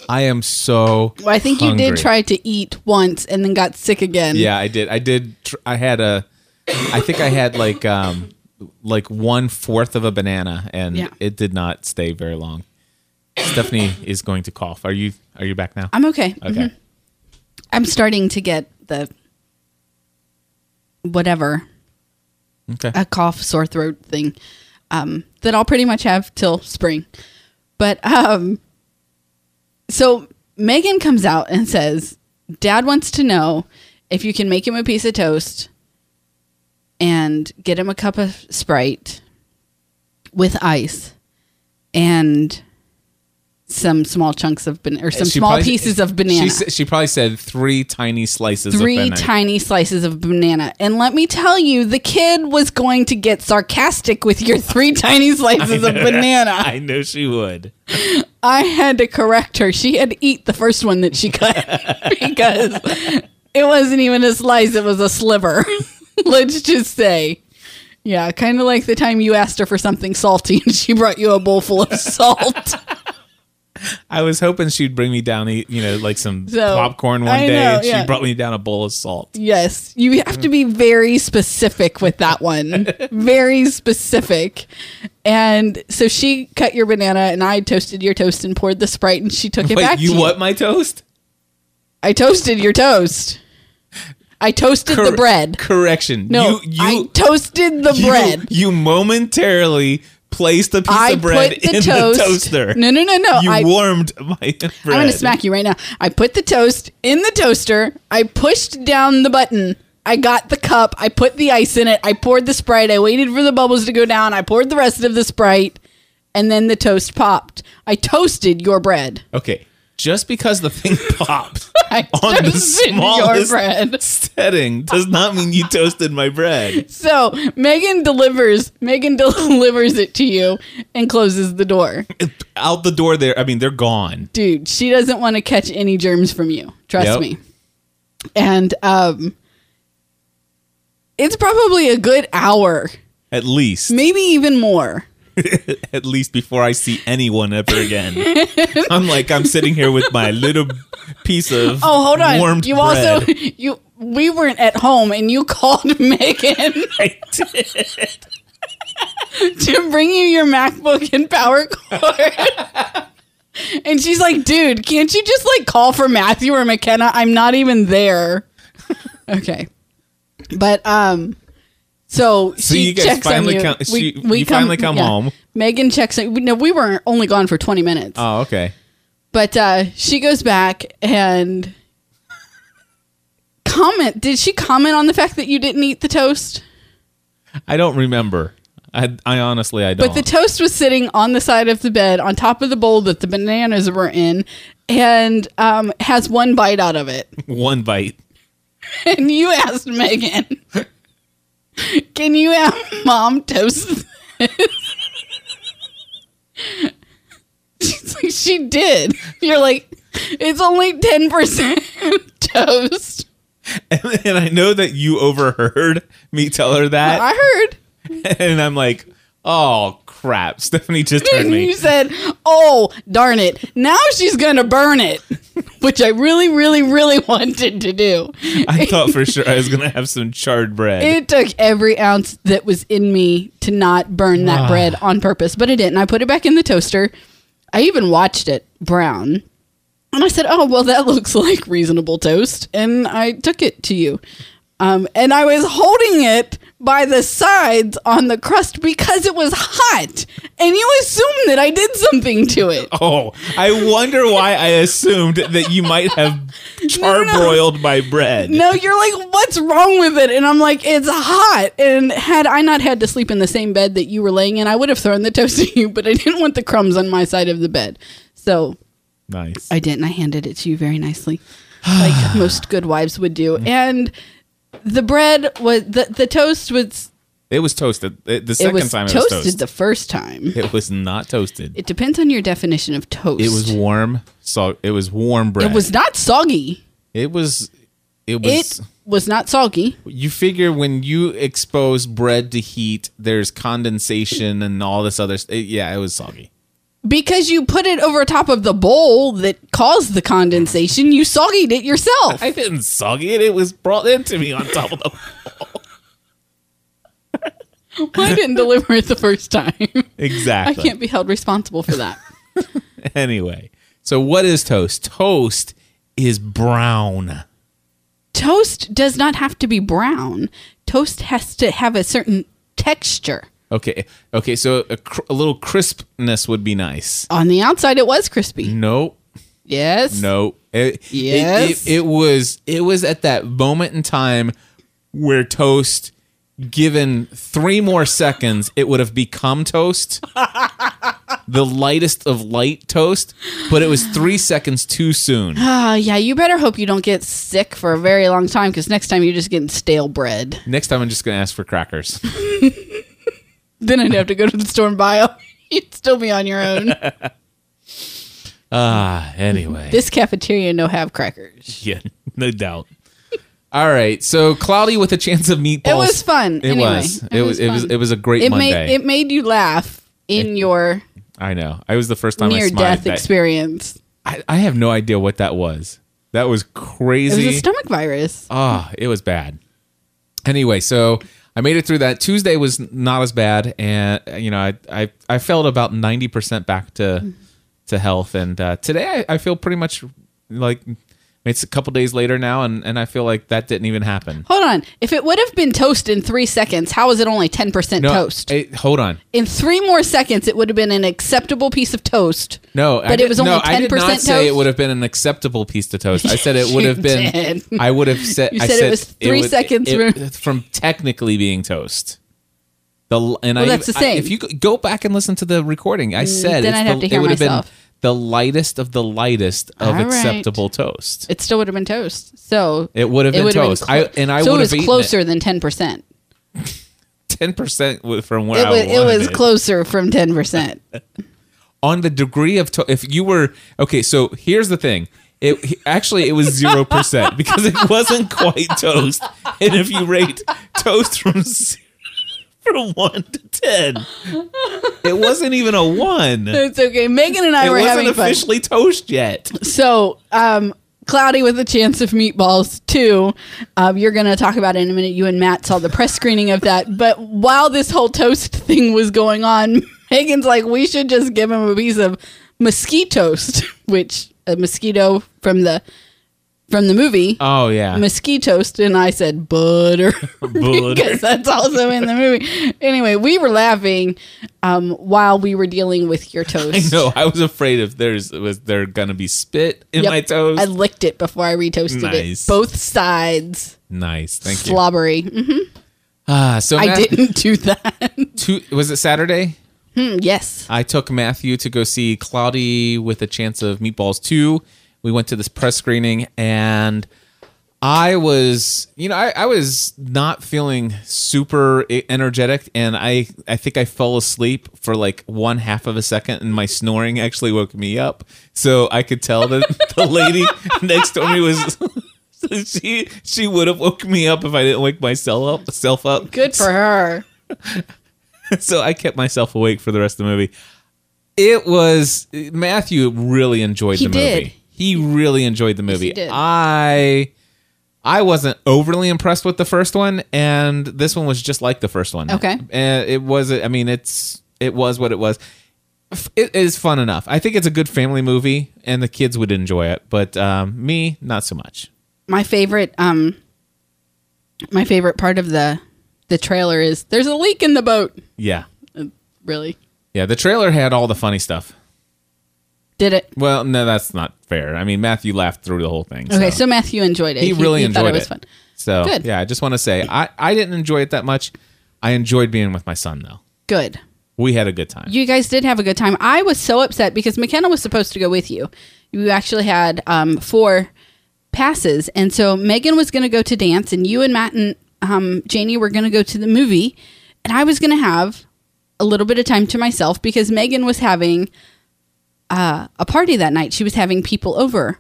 I am so. Well, I think you hungry. did try to eat once and then got sick again. Yeah, I did. I did. Tr- I had a. I think I had like um like one fourth of a banana, and Yeah. it did not stay very long. Stephanie is going to cough. Are you Are you back now? I'm okay. Mm-hmm. okay. I'm starting to get the whatever Okay. a cough sore throat thing um, that I'll pretty much have till spring. But um, so Megan comes out and says, "Dad wants to know if you can make him a piece of toast and get him a cup of Sprite with ice and." Some small chunks of banana, or some She small probably- pieces of banana She, s- she probably said three tiny slices. three of banana. tiny slices of banana. And let me tell you, the kid was going to get sarcastic with your three tiny slices of banana. I know she would. I had to correct her. She had to eat the first one that she cut because it wasn't even a slice, it was a sliver. Let's just say. Yeah, kind of like the time you asked her for something salty and she brought you a bowl full of salt. I was hoping she'd bring me down, e- you know, like some So, popcorn one day. I know, and yeah. She brought me down a bowl of salt. Yes, you have to be very specific with that one. very specific. And so she cut your banana, and I toasted your toast and poured the sprite, and she took it back. Wait, you to what? My toast? I toasted your toast. I toasted the Cor- bread. Correction. No, you, I you, toasted the you, bread. You momentarily placed a piece I of bread put the in toast. the toaster. No, no, no, no. You I, warmed my bread. I'm going to smack you right now. I put the toast in the toaster. I pushed down the button. I got the cup. I put the ice in it. I poured the Sprite. I waited for the bubbles to go down. I poured the rest of the Sprite. And then the toast popped. I toasted your bread. Okay. Just because the thing popped I on the toasted smallest your bread. setting does not mean you toasted my bread. So Megan delivers. Megan delivers it to you and closes the door. Out the door there. I mean, they're gone. dude, she doesn't want to catch any germs from you. Trust Yep. me. And um it's probably a good hour, At least. maybe even more. at least before I see anyone ever again. I'm like I'm sitting here with my little piece of Oh, hold on. warmed you bread. also you we weren't at home and you called Megan I did. to bring you your MacBook and power cord. and she's like, "Dude, can't you just like call for Matthew or McKenna? I'm not even there." okay. But um so, she you guys checks finally on you. come- she- you finally come home. Megan checks on. No, we were only gone for twenty minutes, Oh, okay. but uh, she goes back and comment. Did she comment on the fact that you didn't eat the toast? I don't remember. I, I honestly I don't. But the toast was sitting on the side of the bed, on top of the bowl that the bananas were in, and um, has one bite out of it. One bite. And you asked Megan, "Can you have mom toast?" This? She's like, "She did." You're like, "It's only ten percent toast." And, I know that you overheard me tell her that, I heard. and I'm like, oh crap! Stephanie just heard And you me. said, "Oh, darn it! Now she's gonna burn it," which I really, really, really wanted to do. I thought for sure I was gonna have some charred bread. It took every ounce that was in me to not burn that bread on purpose, but I didn't. I put it back in the toaster. I even watched it brown. And I said, "Oh, well that looks like reasonable toast." And I took it to you. Um, and I was holding it by the sides on the crust because it was hot. And you assumed that I did something to it. Oh, I wonder why I assumed that you might have no, no. charbroiled my bread. No, you're like, what's wrong with it? And I'm like, it's hot. And had I not had to sleep in the same bed that you were laying in, I would have thrown the toast at you, but I didn't want the crumbs on my side of the bed. So Nice. I didn't. I handed it to you very nicely, like most good wives would do. And the bread was, the, the toast was, It was toasted. It- the it second was time it toasted was toasted. the first time. it was not toasted. It, It depends on your definition of toast. was warm. So it was warm bread. It was not soggy. It was. It was It was not soggy. you figure when you expose bread to heat, there's condensation and all this other. s- It, yeah, it was soggy. Because you put it over top of the bowl that caused the condensation, you soggied it yourself. I didn't soggy it. It was brought into me on top of the. I didn't deliver it the first time. I Exactly. can't be held responsible for that. Anyway, so what is toast? Toast is brown. Toast does not have to be brown. Toast has to have a certain texture. Okay, okay. So a, cr- a little crispness would be nice. On the outside, it was crispy. Nope. Yes. Mm. No. It, it- Yes. It, it was. It was at that moment in time where toast, given three more seconds, it would have become toast. the lightest of light toast, but it was three seconds too soon. Ah, yeah. You better hope you don't get sick for a very long time because next time you're just getting stale bread. Next time, I'm just gonna ask for crackers. Then I'd have to go to the store and buy 'em. You'd still be on your own. Ah, anyway. this cafeteria no have crackers. Yeah, no doubt. All right, so cloudy with a chance of meatballs. It was fun. It anyway. was. It, was. It was. fun. It was a great It Monday. made it made you laugh in your I know. I was the first time I near smiled. death that- experience. I, I have no idea what that was. That was It was a crazy. stomach virus. Ah, it was bad. Anyway, so I made it through that. Tuesday was not as bad, and uh, you know, I I, I felt about ninety percent back to to health, and uh, today I, I feel pretty much like it's a couple days later now, and and I feel like that didn't even happen. Hold on. If it would have been toast in three seconds, how is it only ten percent No, toast? it- hold on. in three more seconds, it would have been an acceptable piece of toast. No, But it did- was only no, I did 10% not say it toast? would have been an acceptable piece to toast. I said it would have You been. did. I would have said. You I said it was three seconds rem- from technically being toast. The l- and I, Well, that's the I- same. if you go- go back and listen to the recording, I said then it's I'd the, have to hear it would have myself. been the lightest of the lightest of All right. acceptable toast. It still would have been toast. So It would have been would toast. I- and I so would it have was eaten closer than ten percent. Ten percent from where It I was it wanted was closer from ten percent. on the degree of to- if you were okay so here's the thing it he- actually it was 0% because it wasn't quite toast and if you rate toast from zero, from 1 to 10 it wasn't even a 1 it it's okay. Megan and I were wasn't having fun. officially toast yet So, um, Cloudy with a Chance of Meatballs 2. Um, you're going to talk about it in a minute. You and Matt saw the press screening of that. But while this whole toast thing was going on, Megan's like, we should just give him a piece of mosquito toast, which a mosquito from the from the movie oh yeah mosquito toast and I said butter, Butter. because that's also in the movie. Anyway, we were laughing um, while we were dealing with your toast. no i was afraid if there's was there gonna be spit in Yep. my toast I licked it before I retoasted Nice. it. Both sides nice thank you Mm-hmm. slobbery. Mhm. ah so I Matt- didn't do that. two, was it saturday Mm, yes. I took Matthew to go see Cloudy with a Chance of Meatballs 2. We went to this press screening and I was, you know, I, I was not feeling super e- energetic and I I think I fell asleep for like one half of a second and my snoring actually woke me up. So I could tell that the lady next to me was she she would have woke me up if I didn't wake myself up self up Good for her. so I kept myself awake for the rest of the movie. It was Matthew really enjoyed He the did. movie. He really enjoyed the movie. he did. I I wasn't overly impressed with the first one, and this one was just like the first one. Okay. and it was. I mean, it's it was what it was. F- It is fun enough. I think it's a good family movie, and the kids would enjoy it. But um, me, not so much. My favorite um my favorite part of the the trailer is there's a leak in the boat. Yeah, Really? yeah. The trailer had all the funny stuff. Did it? Well, no, that's not fair. I mean, Matthew laughed through the whole thing. Okay, so Matthew enjoyed it. he really thought enjoyed it. was fun. So Good. yeah, I just want to say I, I didn't enjoy it that much. I enjoyed being with my son though. Good. We had a good time. You guys did have a good time. I was so upset because McKenna was supposed to go with you. You actually had um, four passes, and so Megan was going to go to dance, and you and Matt and um, Janie were going to go to the movie, and I was going to have a little bit of time to myself because Megan was having uh, a party that night. She was having people over,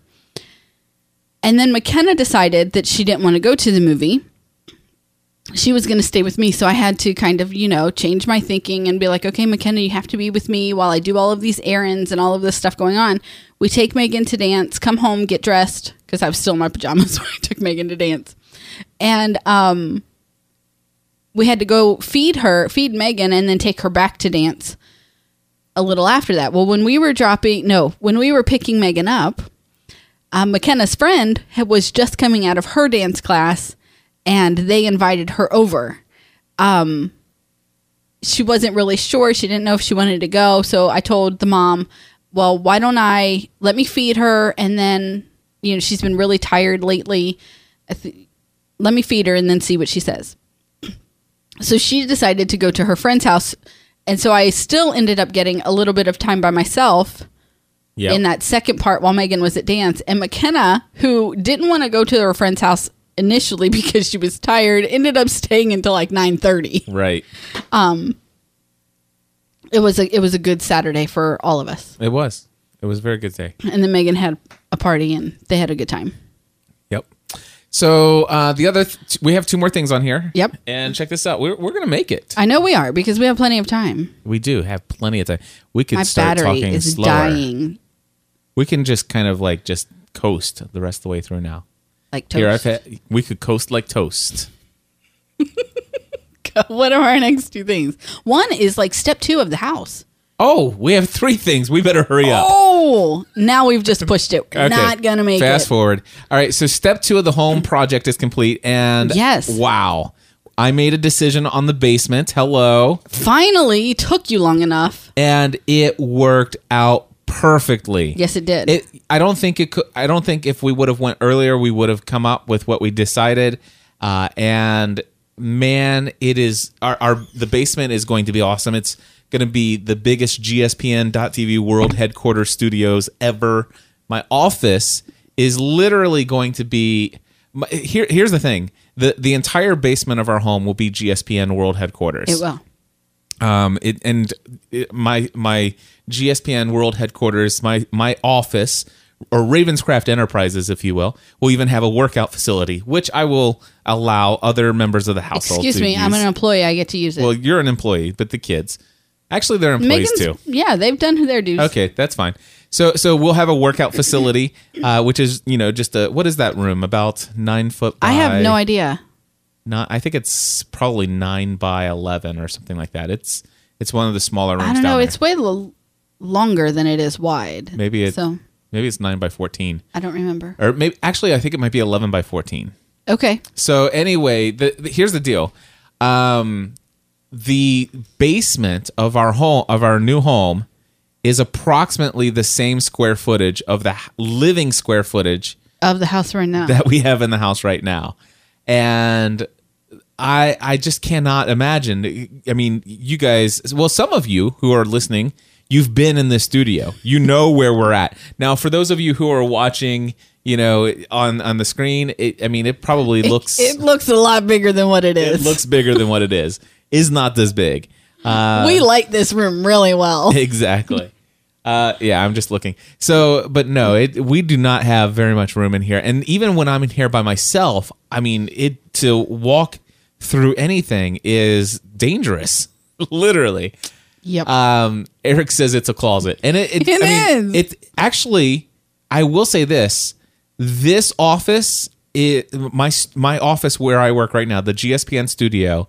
And then McKenna decided that she didn't want to go to the movie. She was going to stay with me. So I had to kind of, you know, change my thinking and be like, okay, McKenna, you have to be with me while I do all of these errands and all of this stuff going on. We take Megan to dance, come home, get dressed, because I was still in my pajamas when I took Megan to dance. And um, we had to go feed her, feed Megan, and then take her back to dance a little after that. Well, when we were dropping, no, when we were picking Megan up, um, McKenna's friend had, was just coming out of her dance class and they invited her over. Um, she wasn't really sure. She didn't know if she wanted to go. So I told the mom, well, why don't I let me feed her? And then, you know, she's been really tired lately. I th- let me feed her and then see what she says so she decided to go to her friend's house and so i still ended up getting a little bit of time by myself Yep. in that second part while megan was at dance and mckenna who didn't want to go to her friend's house initially because she was tired ended up staying until like 9.30 Right. it was a it was a good saturday for all of us It was. It was a very good day. and then megan had a party and they had a good time Yep. So uh, the other, th- we have two more things on here. Yep. And check this out. We're, we're gonna make it. i know we are because we have plenty of time we do have plenty of time. We could my start battery talking is slower. dying We can just kind of like just coast the rest of the way through now. like Here, I've toast. had- we could coast like toast. what are our next two things one is like step two of the house Oh, we have three things. We better hurry up. Oh, now we've just pushed it. We're Okay. Not gonna make Fast it. Mm. forward. All right, so step two of the home project is complete, and Yes. wow, I made a decision on the basement. Hello, Finally, took you long enough. and it worked out perfectly. Yes, it did. It. I don't think it could. I don't think if we would have went earlier, we would have come up with what we decided. Uh, and man, it is our, our the basement is going to be awesome. It's going to be the biggest GSPN.TV world headquarters studios ever. My office is literally going to be. My, here, here's the thing: the the entire basement of our home will be GSPN world headquarters. It will. Um, it, and it, my my GSPN world headquarters, my my office, or Ravenscraft Enterprises, if you will, will even have a workout facility, which I will allow other members of the household. Excuse to me, use. I'm an employee. I get to use it. Well, you're an employee, but the kids, actually, they're employees Megan's, too. yeah, they've done their dues. Okay, that's fine. So so we'll have a workout facility, uh, which is you know just a what is that room about nine foot? By I have no idea. not I think it's probably nine by eleven or something like that. It's it's one of the smaller rooms. I down don't know. there. It's way l- longer than it is wide. Maybe it, so. maybe it's nine by fourteen, I don't remember. or maybe actually I think it might be eleven by fourteen. Okay. So anyway, the, the- here's the deal: um, the basement of our home of our new home is approximately the same square footage of the h- living square footage Of the house right now. that we have in the house right now, and I I just cannot imagine. I mean, you guys, well, some of you who are listening, you've been in the studio. You know where we're at. Now, for those of you who are watching, you know, on on the screen, it, I mean, it probably looks it looks a lot bigger than what it it is. looks bigger than what it is. Is not this big. uh, we like this room really well. exactly. Uh, yeah, I'm just looking. So, but no, it, we do not have very much room in here. And even when I'm in here by myself, I mean, it to walk through anything is dangerous, literally. yep. Um, Eric says it's a closet, and it, it, It I mean, is. It actually, I will say this: this office, it my my office where I work right now, the GSPN studio.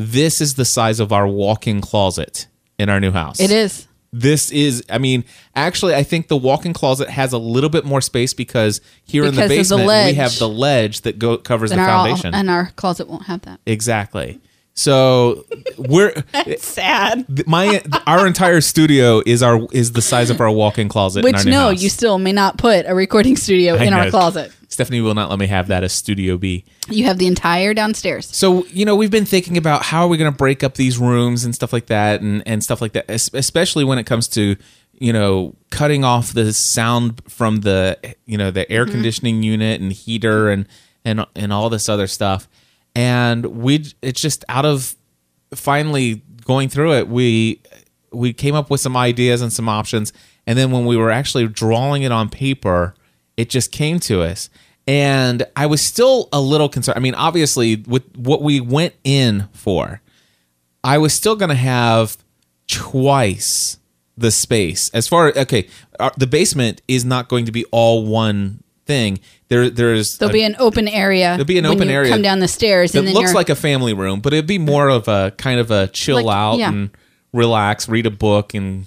This is the size of our walk-in closet in our new house. it is. This is, I mean, actually, I think the walk-in closet has a little bit more space because here in the Because of basement the we ledge. have the ledge that go, covers And the our, foundation. and our closet won't have that. exactly. So we're Sad. th- my our entire studio is our is the size of our walk-in closet. in our Which new no, house. you still may not put a recording studio I in our know. closet. Stephanie will not let me have that as Studio B. You have the entire downstairs. So you know we've been thinking about how are we going to break up these rooms and stuff like that, and and stuff like that, es- especially when it comes to you know cutting off the sound from the you know the air conditioning unit and heater and and and all this other stuff, and we j- it's just out of finally going through it, we we came up with some ideas and some options, and then when we were actually drawing it on paper, it just came to us, and I was still a little concerned. I mean, obviously, with what we went in for, I was still going to have twice the space. As far okay, our, the basement is not going to be all one thing. There, there's There'll a- be an open area. There'll be an open area Come down the stairs it and then looks you're, like a family room, but it'd be more of a kind of a chill Like, out yeah. and relax, read a book and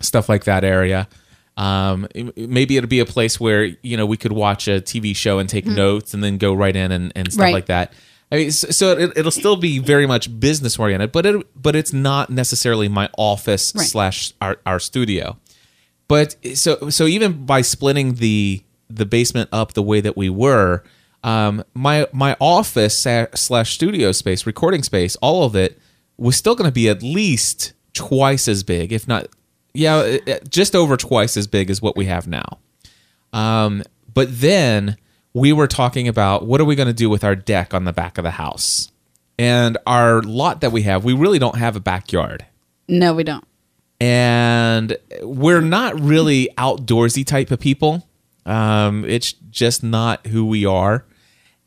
stuff like that area. Um, it- maybe it'd be a place where you know we could watch a TV show and take notes, and then go right in and, and stuff Mm-hmm. Right. like that. I mean, so, so it, it'll still be very much business oriented, but it but it's not necessarily my office Right. slash our, our studio. But so so even by splitting the the basement up the way that we were, um, my my office sa- slash studio space, recording space, all of it was still going to be at least twice as big, if not, yeah, it- it- just over twice as big as what we have now. Um, but then we were talking about what are we going to do with our deck on the back of the house and our lot that we have. We really don't have a backyard no, we don't. and we're not really outdoorsy type of people. Um, it's just not who we are.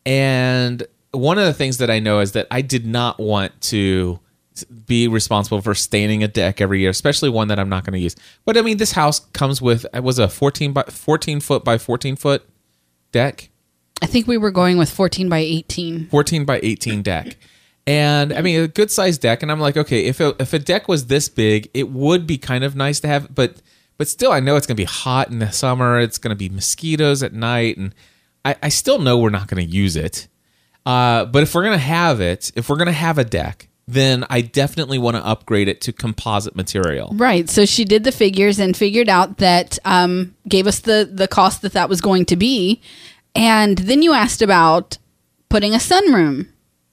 And one of the things that I know is that I did not want to be responsible for staining a deck every year, especially one that I'm not going to use. But I mean, this house comes with it was a 14 by 14 foot by 14 foot deck. I think we were going with 14 by 18. 14 by 18 deck. And I mean, a good sized deck. And I'm like, okay, if a, if a deck was this big, it would be kind of nice to have, but but still, I know it's going to be hot in the summer. It's going to be mosquitoes at night. And I, I still know we're not going to use it. Uh, but if we're going to have it, if we're going to have a deck, then I definitely want to upgrade it to composite material. Right. So she did the figures and figured out that um, gave us the the cost that that was going to be, and then you asked about putting a sunroom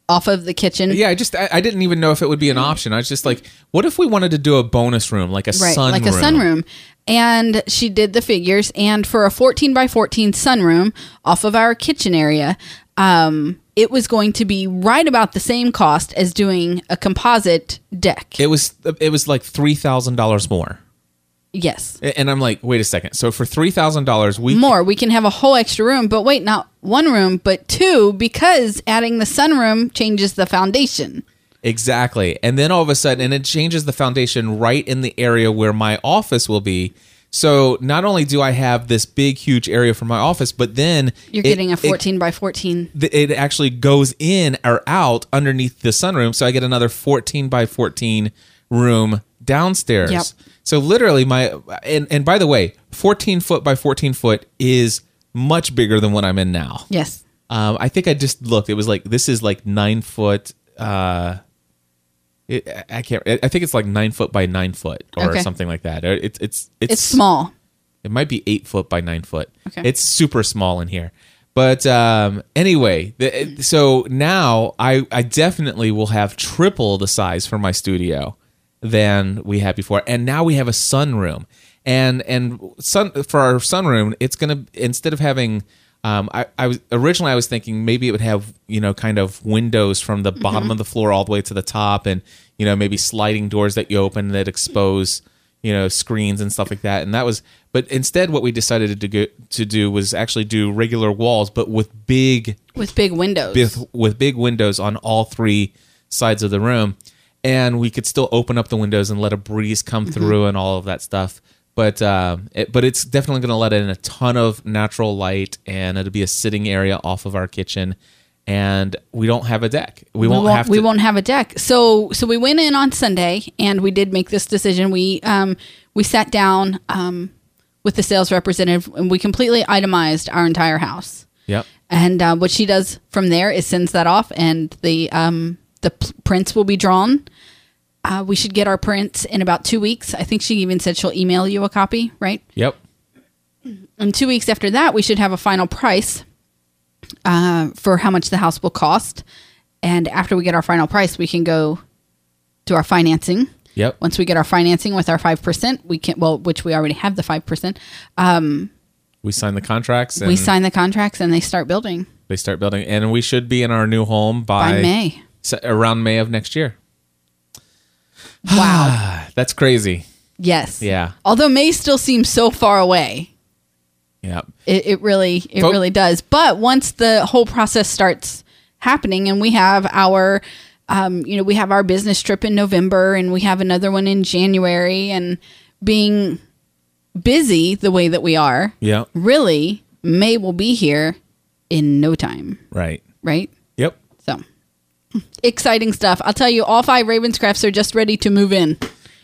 off of the kitchen. Yeah, I just I, I didn't even know if it would be an option. I was just like, what if we wanted to do a bonus room, like a Right, sunroom? like a sunroom. And she did the figures, and for a 14 by 14 sunroom off of our kitchen area, um, it was going to be right about the same cost as doing a composite deck. It was it was like three thousand dollars more. yes. A- And I'm like, wait a second. So for three thousand dollars, we more. We can have a whole extra room, but wait, not one room, but two, because adding the sunroom changes the foundation. exactly. And then all of a sudden, and it changes the foundation right in the area where my office will be. So not only do I have this big, huge area for my office, but then You're it- getting a it- 14 by 14. th- it actually goes in or out underneath the sunroom. So I get another 14 by 14 room downstairs. Yep. So literally my and and by the way, 14 foot by 14 foot is much bigger than what I'm in now. Yes. Um, I think I just looked. It was like this is like nine foot. Uh, it, I can't. I think it's like nine foot by nine foot or Okay. something like that. It's it's it's, It's small. It might be eight foot by nine foot. Okay. It's super small in here. But um, anyway, the, it- so now I I definitely will have triple the size for my studio than we had before, and now we have a sunroom. And and sun for our sunroom, it's gonna instead of having um, I, I was originally I was thinking maybe it would have you know kind of windows from the bottom of the floor all the way to the top, and you know maybe sliding doors that you open that expose you know screens and stuff like that. And that was, but instead what we decided to do to do was actually do regular walls, but with big With big windows. with with big windows on all three sides of the room, and we could still open up the windows and let a breeze come Mm-hmm. through and all of that stuff. But um, it, but it's definitely going to let in a ton of natural light, and it'll be a sitting area off of our kitchen, and we don't have a deck. We, we won't, won't, have to. we won't have a deck. So so we went in on Sunday and we did make this decision. We um we sat down um with the sales representative and we completely itemized our entire house. Yep. And uh, what she does from there is sends that off, and the um, the p- prints will be drawn. Uh, we should get our prints in about two weeks. I think she even said she'll email you a copy, right? Yep. And two weeks after that, we should have a final price uh, for how much the house will cost. And after we get our final price, we can go to our financing. Yep. Once we get our financing with our five percent, we can well, which we already have the five percent. We sign the contracts. And We sign the contracts and they start building They start building, and we should be in our new home by, by May. se- around May of next year. Wow. That's crazy. Yes. Yeah. Although May still seems so far away. Yeah. It, it really, it Folk- really does. But once the whole process starts happening, and we have our, um, you know, we have our business trip in November, and we have another one in January, and being busy the way that we are, Yeah. really, May will be here in no time, Right. right? Yep. So exciting stuff. I'll tell you, all five Ravenscrafts are just ready to move in.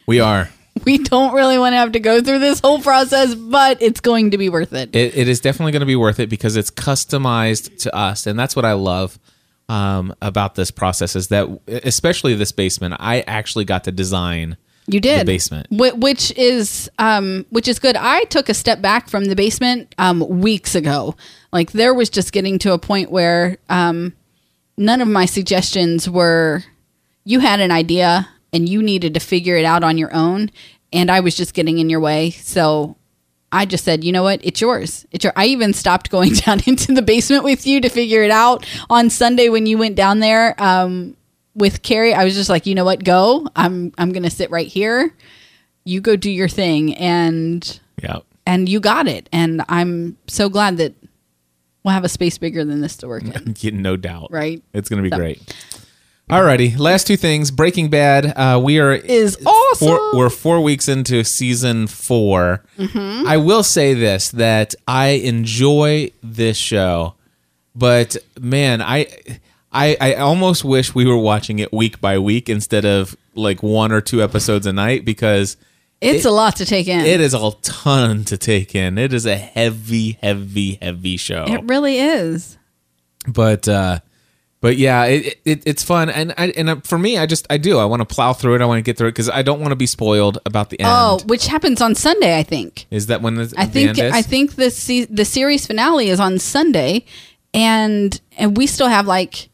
We are. We don't really want to have to go through this whole process, but it's going to be worth it. It, it is definitely going to be worth it because it's customized to us, and that's what I love um, about this process. Is that e, especially this basement? I actually got to design. You did basement. Whi- which is um, which is good. I took a step back from the basement um, weeks ago. Like there was just getting to a point where um, none of my suggestions were. You had an idea and you needed to figure it out on your own, and I was just getting in your way. So I just said, you know what? It's yours. It's your. I even stopped going down into the basement with you to figure it out on Sunday when you went down there. Um, with Carrie, I was just like, you know what? Go. I'm I'm gonna sit right here. You go do your thing, and Yeah. and you got it. And I'm so glad that we'll have a space bigger than this to work in. Yeah, no doubt. Right. It's going to be So- great. Alrighty, last two things. Breaking Bad. Uh, we are Is awesome. Four, we're four weeks into season 4 Mm-hmm. I will say this: that I enjoy this show, but man, I, I, I almost wish we were watching it week by week instead of like one or two episodes a night because It's a lot to take in. it is a ton to take in. It is a heavy, heavy, heavy show It really is. but uh but yeah it, it it's fun and I, and uh, for me i just i do i want to plow through it i want to get through it because i don't want to be spoiled about the end Oh, which happens on Sunday, I think. is that when the, I the think end is? I think the se- the series finale is on Sunday, and and we still have like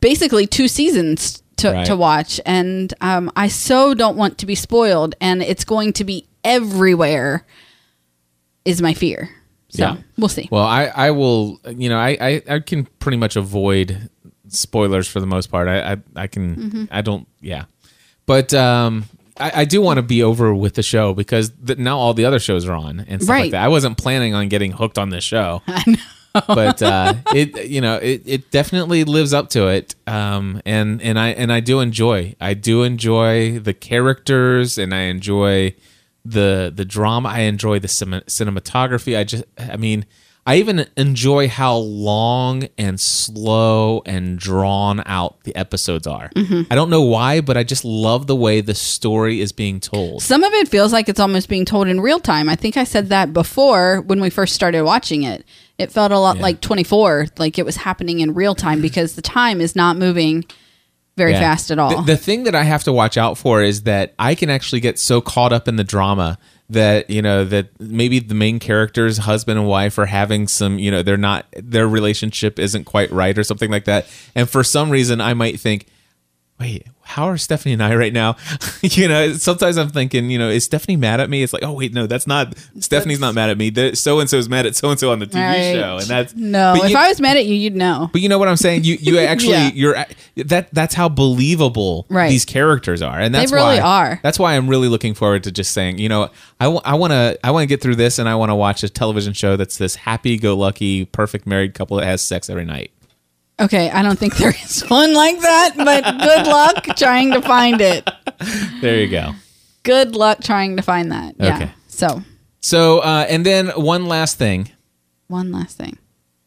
basically two seasons to Right. to watch, and um, I so don't want to be spoiled, and it's going to be everywhere. Is my fear. So Yeah. we'll see. well i i will you know i i, I can pretty much avoid spoilers for the most part i i, I can Mm-hmm. i don't yeah but um I, I do want to be over with the show because th- now all the other shows are on and stuff like Right. that. I wasn't planning on getting hooked on this show. but uh, it you know it, it definitely lives up to it um, and and I and I do enjoy I do enjoy the characters and I enjoy the the drama I enjoy the cin- cinematography I just I mean I even enjoy how long and slow and drawn out the episodes are I don't know why but I just love the way the story is being told Some of it feels like it's almost being told in real time. I think I said that before when we first started watching it. It felt a lot like 24, like it was happening in real time because the time is not moving very Yeah. fast at all. The, the thing that I have to watch out for is that I can actually get so caught up in the drama that you know that maybe the main characters husband and wife are having some you know they're not their relationship isn't quite right or something like that and for some reason i might think wait how are stephanie and i right now you know sometimes i'm thinking you know is stephanie mad at me it's like oh wait no that's not stephanie's not mad at me so and so's mad at so and so on the tv Right. show and that's no, but if you- I was mad at you, you'd know. but you know what I'm saying? You you actually Yeah. you're that that's how believable Right. these characters are, and that's really why, are. That's why I'm really looking forward to just saying, you know, I want to I want to get through this, and I want to watch a television show that's this happy-go-lucky, perfect married couple that has sex every night. Okay, I don't think there is one like that, but good luck trying to find it. There you go. Good luck trying to find that. Okay. Yeah. So, So, uh, and then one last thing: one last thing.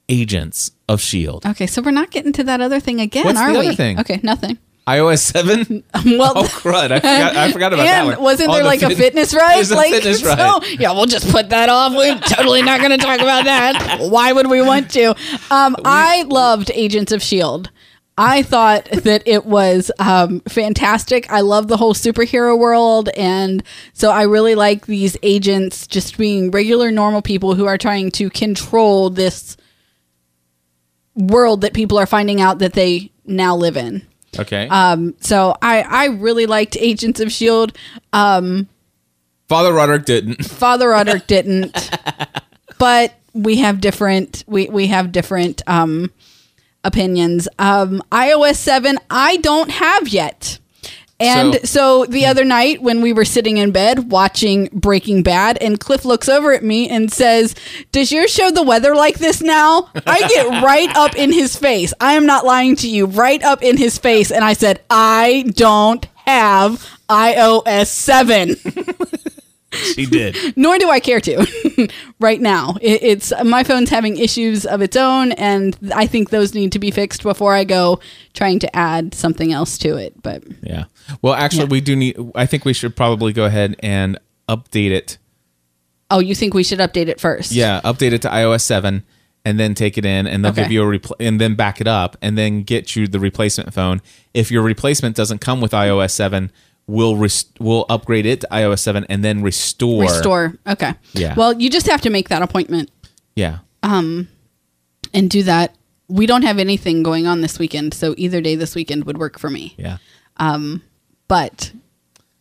Agents of Shield, Okay, so we're not getting to that other thing again, What's are the we? other thing? Okay, nothing. iOS seven. Well, Oh crud! I forgot, I forgot about and that one. wasn't Oh, there the like a fit- fitness ride? There's a like, fitness so, ride. yeah, we'll just put that off. We're totally not going to talk about that. Why would we want to? Um, I loved Agents of Shield. E I thought that it was um, fantastic. I love the whole superhero world, and so I really like these agents just being regular, normal people who are trying to control this world that people are finding out that they now live in. Okay. Um, so I I really liked Agents of Shield. Father Roderick didn't. Father Roderick didn't, but we have different we we have different um opinions. Um, iOS seven I don't have yet, And So- so, the other night when we were sitting in bed watching Breaking Bad, and Cliff looks over at me and says, Does your show the weather like this now? I get right up in his face. I am not lying to you, right up in his face. And I said, I don't have iOS 7, She did. nor do I care to right now. It, it's my phone's having issues of its own, and I think those need to be fixed before I go trying to add something else to it. But Yeah. Well, actually, Yeah. we do need. I think we should probably go ahead and update it. oh, you think we should update it first? Yeah, update it to iOS seven, and then take it in, and they'll Okay. give you a repl- and then back it up, and then get you the replacement phone. If your replacement doesn't come with iOS seven, we'll res- we'll upgrade it to iOS seven, and then restore. restore. Okay. Yeah. Well, you just have to make that appointment Yeah. and do that. We don't have anything going on this weekend, so either day this weekend would work for me. Yeah. But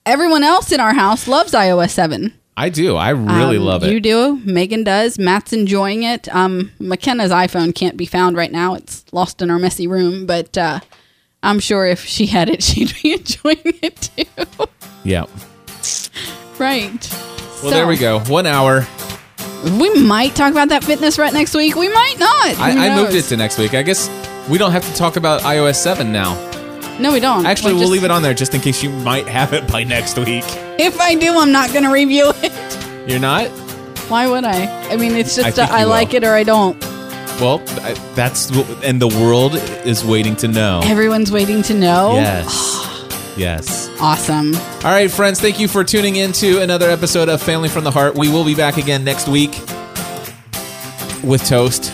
everyone else in our house loves iOS 7. I do. I really Um, love it. You do. Megan does. Matt's enjoying it. Um, McKenna's iPhone can't be found right now. It's lost in our messy room, but uh, I'm sure if she had it, she'd be enjoying it too. yeah. right. Well, there we go. One hour. We might talk about that fitness rut next week. We might not. Who I, I moved it knows? to next week. I guess we don't have to talk about iOS seven now. No, we don't. Actually, We're we'll just- leave it on there just in case you might have it by next week. If I do, I'm not going to review it. You're not? Why would I? I mean, it's I just I, think a, I you like will. it or I don't. Well, I- that's and the world is waiting to know. Everyone's waiting to know. Yes. yes. Awesome. All right, friends, thank you for tuning in to another episode of Family from the Heart. We will be back again next week with toast.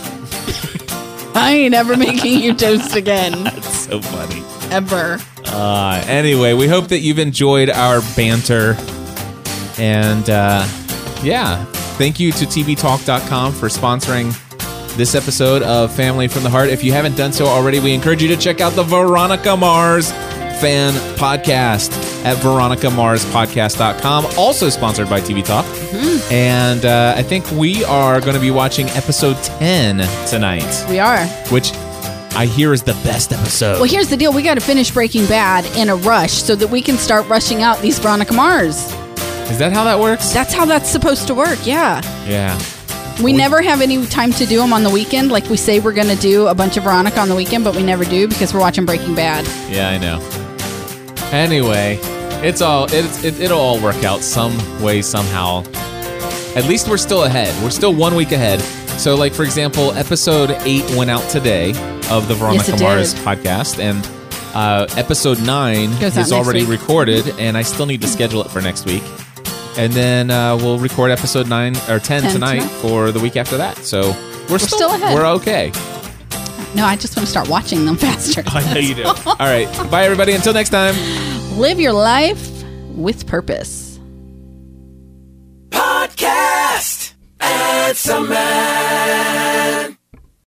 I ain't ever making you toast again, So funny. ever. Uh, anyway, we hope that you've enjoyed our banter. And uh, yeah, thank you to TVTalk.com for sponsoring this episode of Family from the Heart. If you haven't done so already, we encourage you to check out the Veronica Mars fan podcast at veronicamarspodcast.com, also sponsored by TV Talk. And uh, I think we are going to be watching episode 10 tonight, We are. which I hear is the best episode. Well, here's the deal. We got to finish Breaking Bad in a rush so that we can start rushing out these Veronica Mars. Is that how that works? That's how that's supposed to work. Yeah. Yeah. We never have any time to do them on the weekend. Like we say we're going to do a bunch of Veronica on the weekend, but we never do because we're watching Breaking Bad. Yeah, I know. Anyway, it's all it's it, it'll all work out some way somehow. At least we're still ahead. We're still one week ahead. So, like for example, episode eight went out today of the Veronica it Mars did. podcast, and uh, episode nine Goes out is next already week. recorded, and I still need to schedule it for next week. And then uh, we'll record episode nine or ten, 10 tonight, tonight. for the week after that. So we're, still, still ahead. We're okay. No, I just want to start watching them faster. I know you do. All right. Bye, everybody. Until next time. Live your life with purpose. Podcast. Add some man.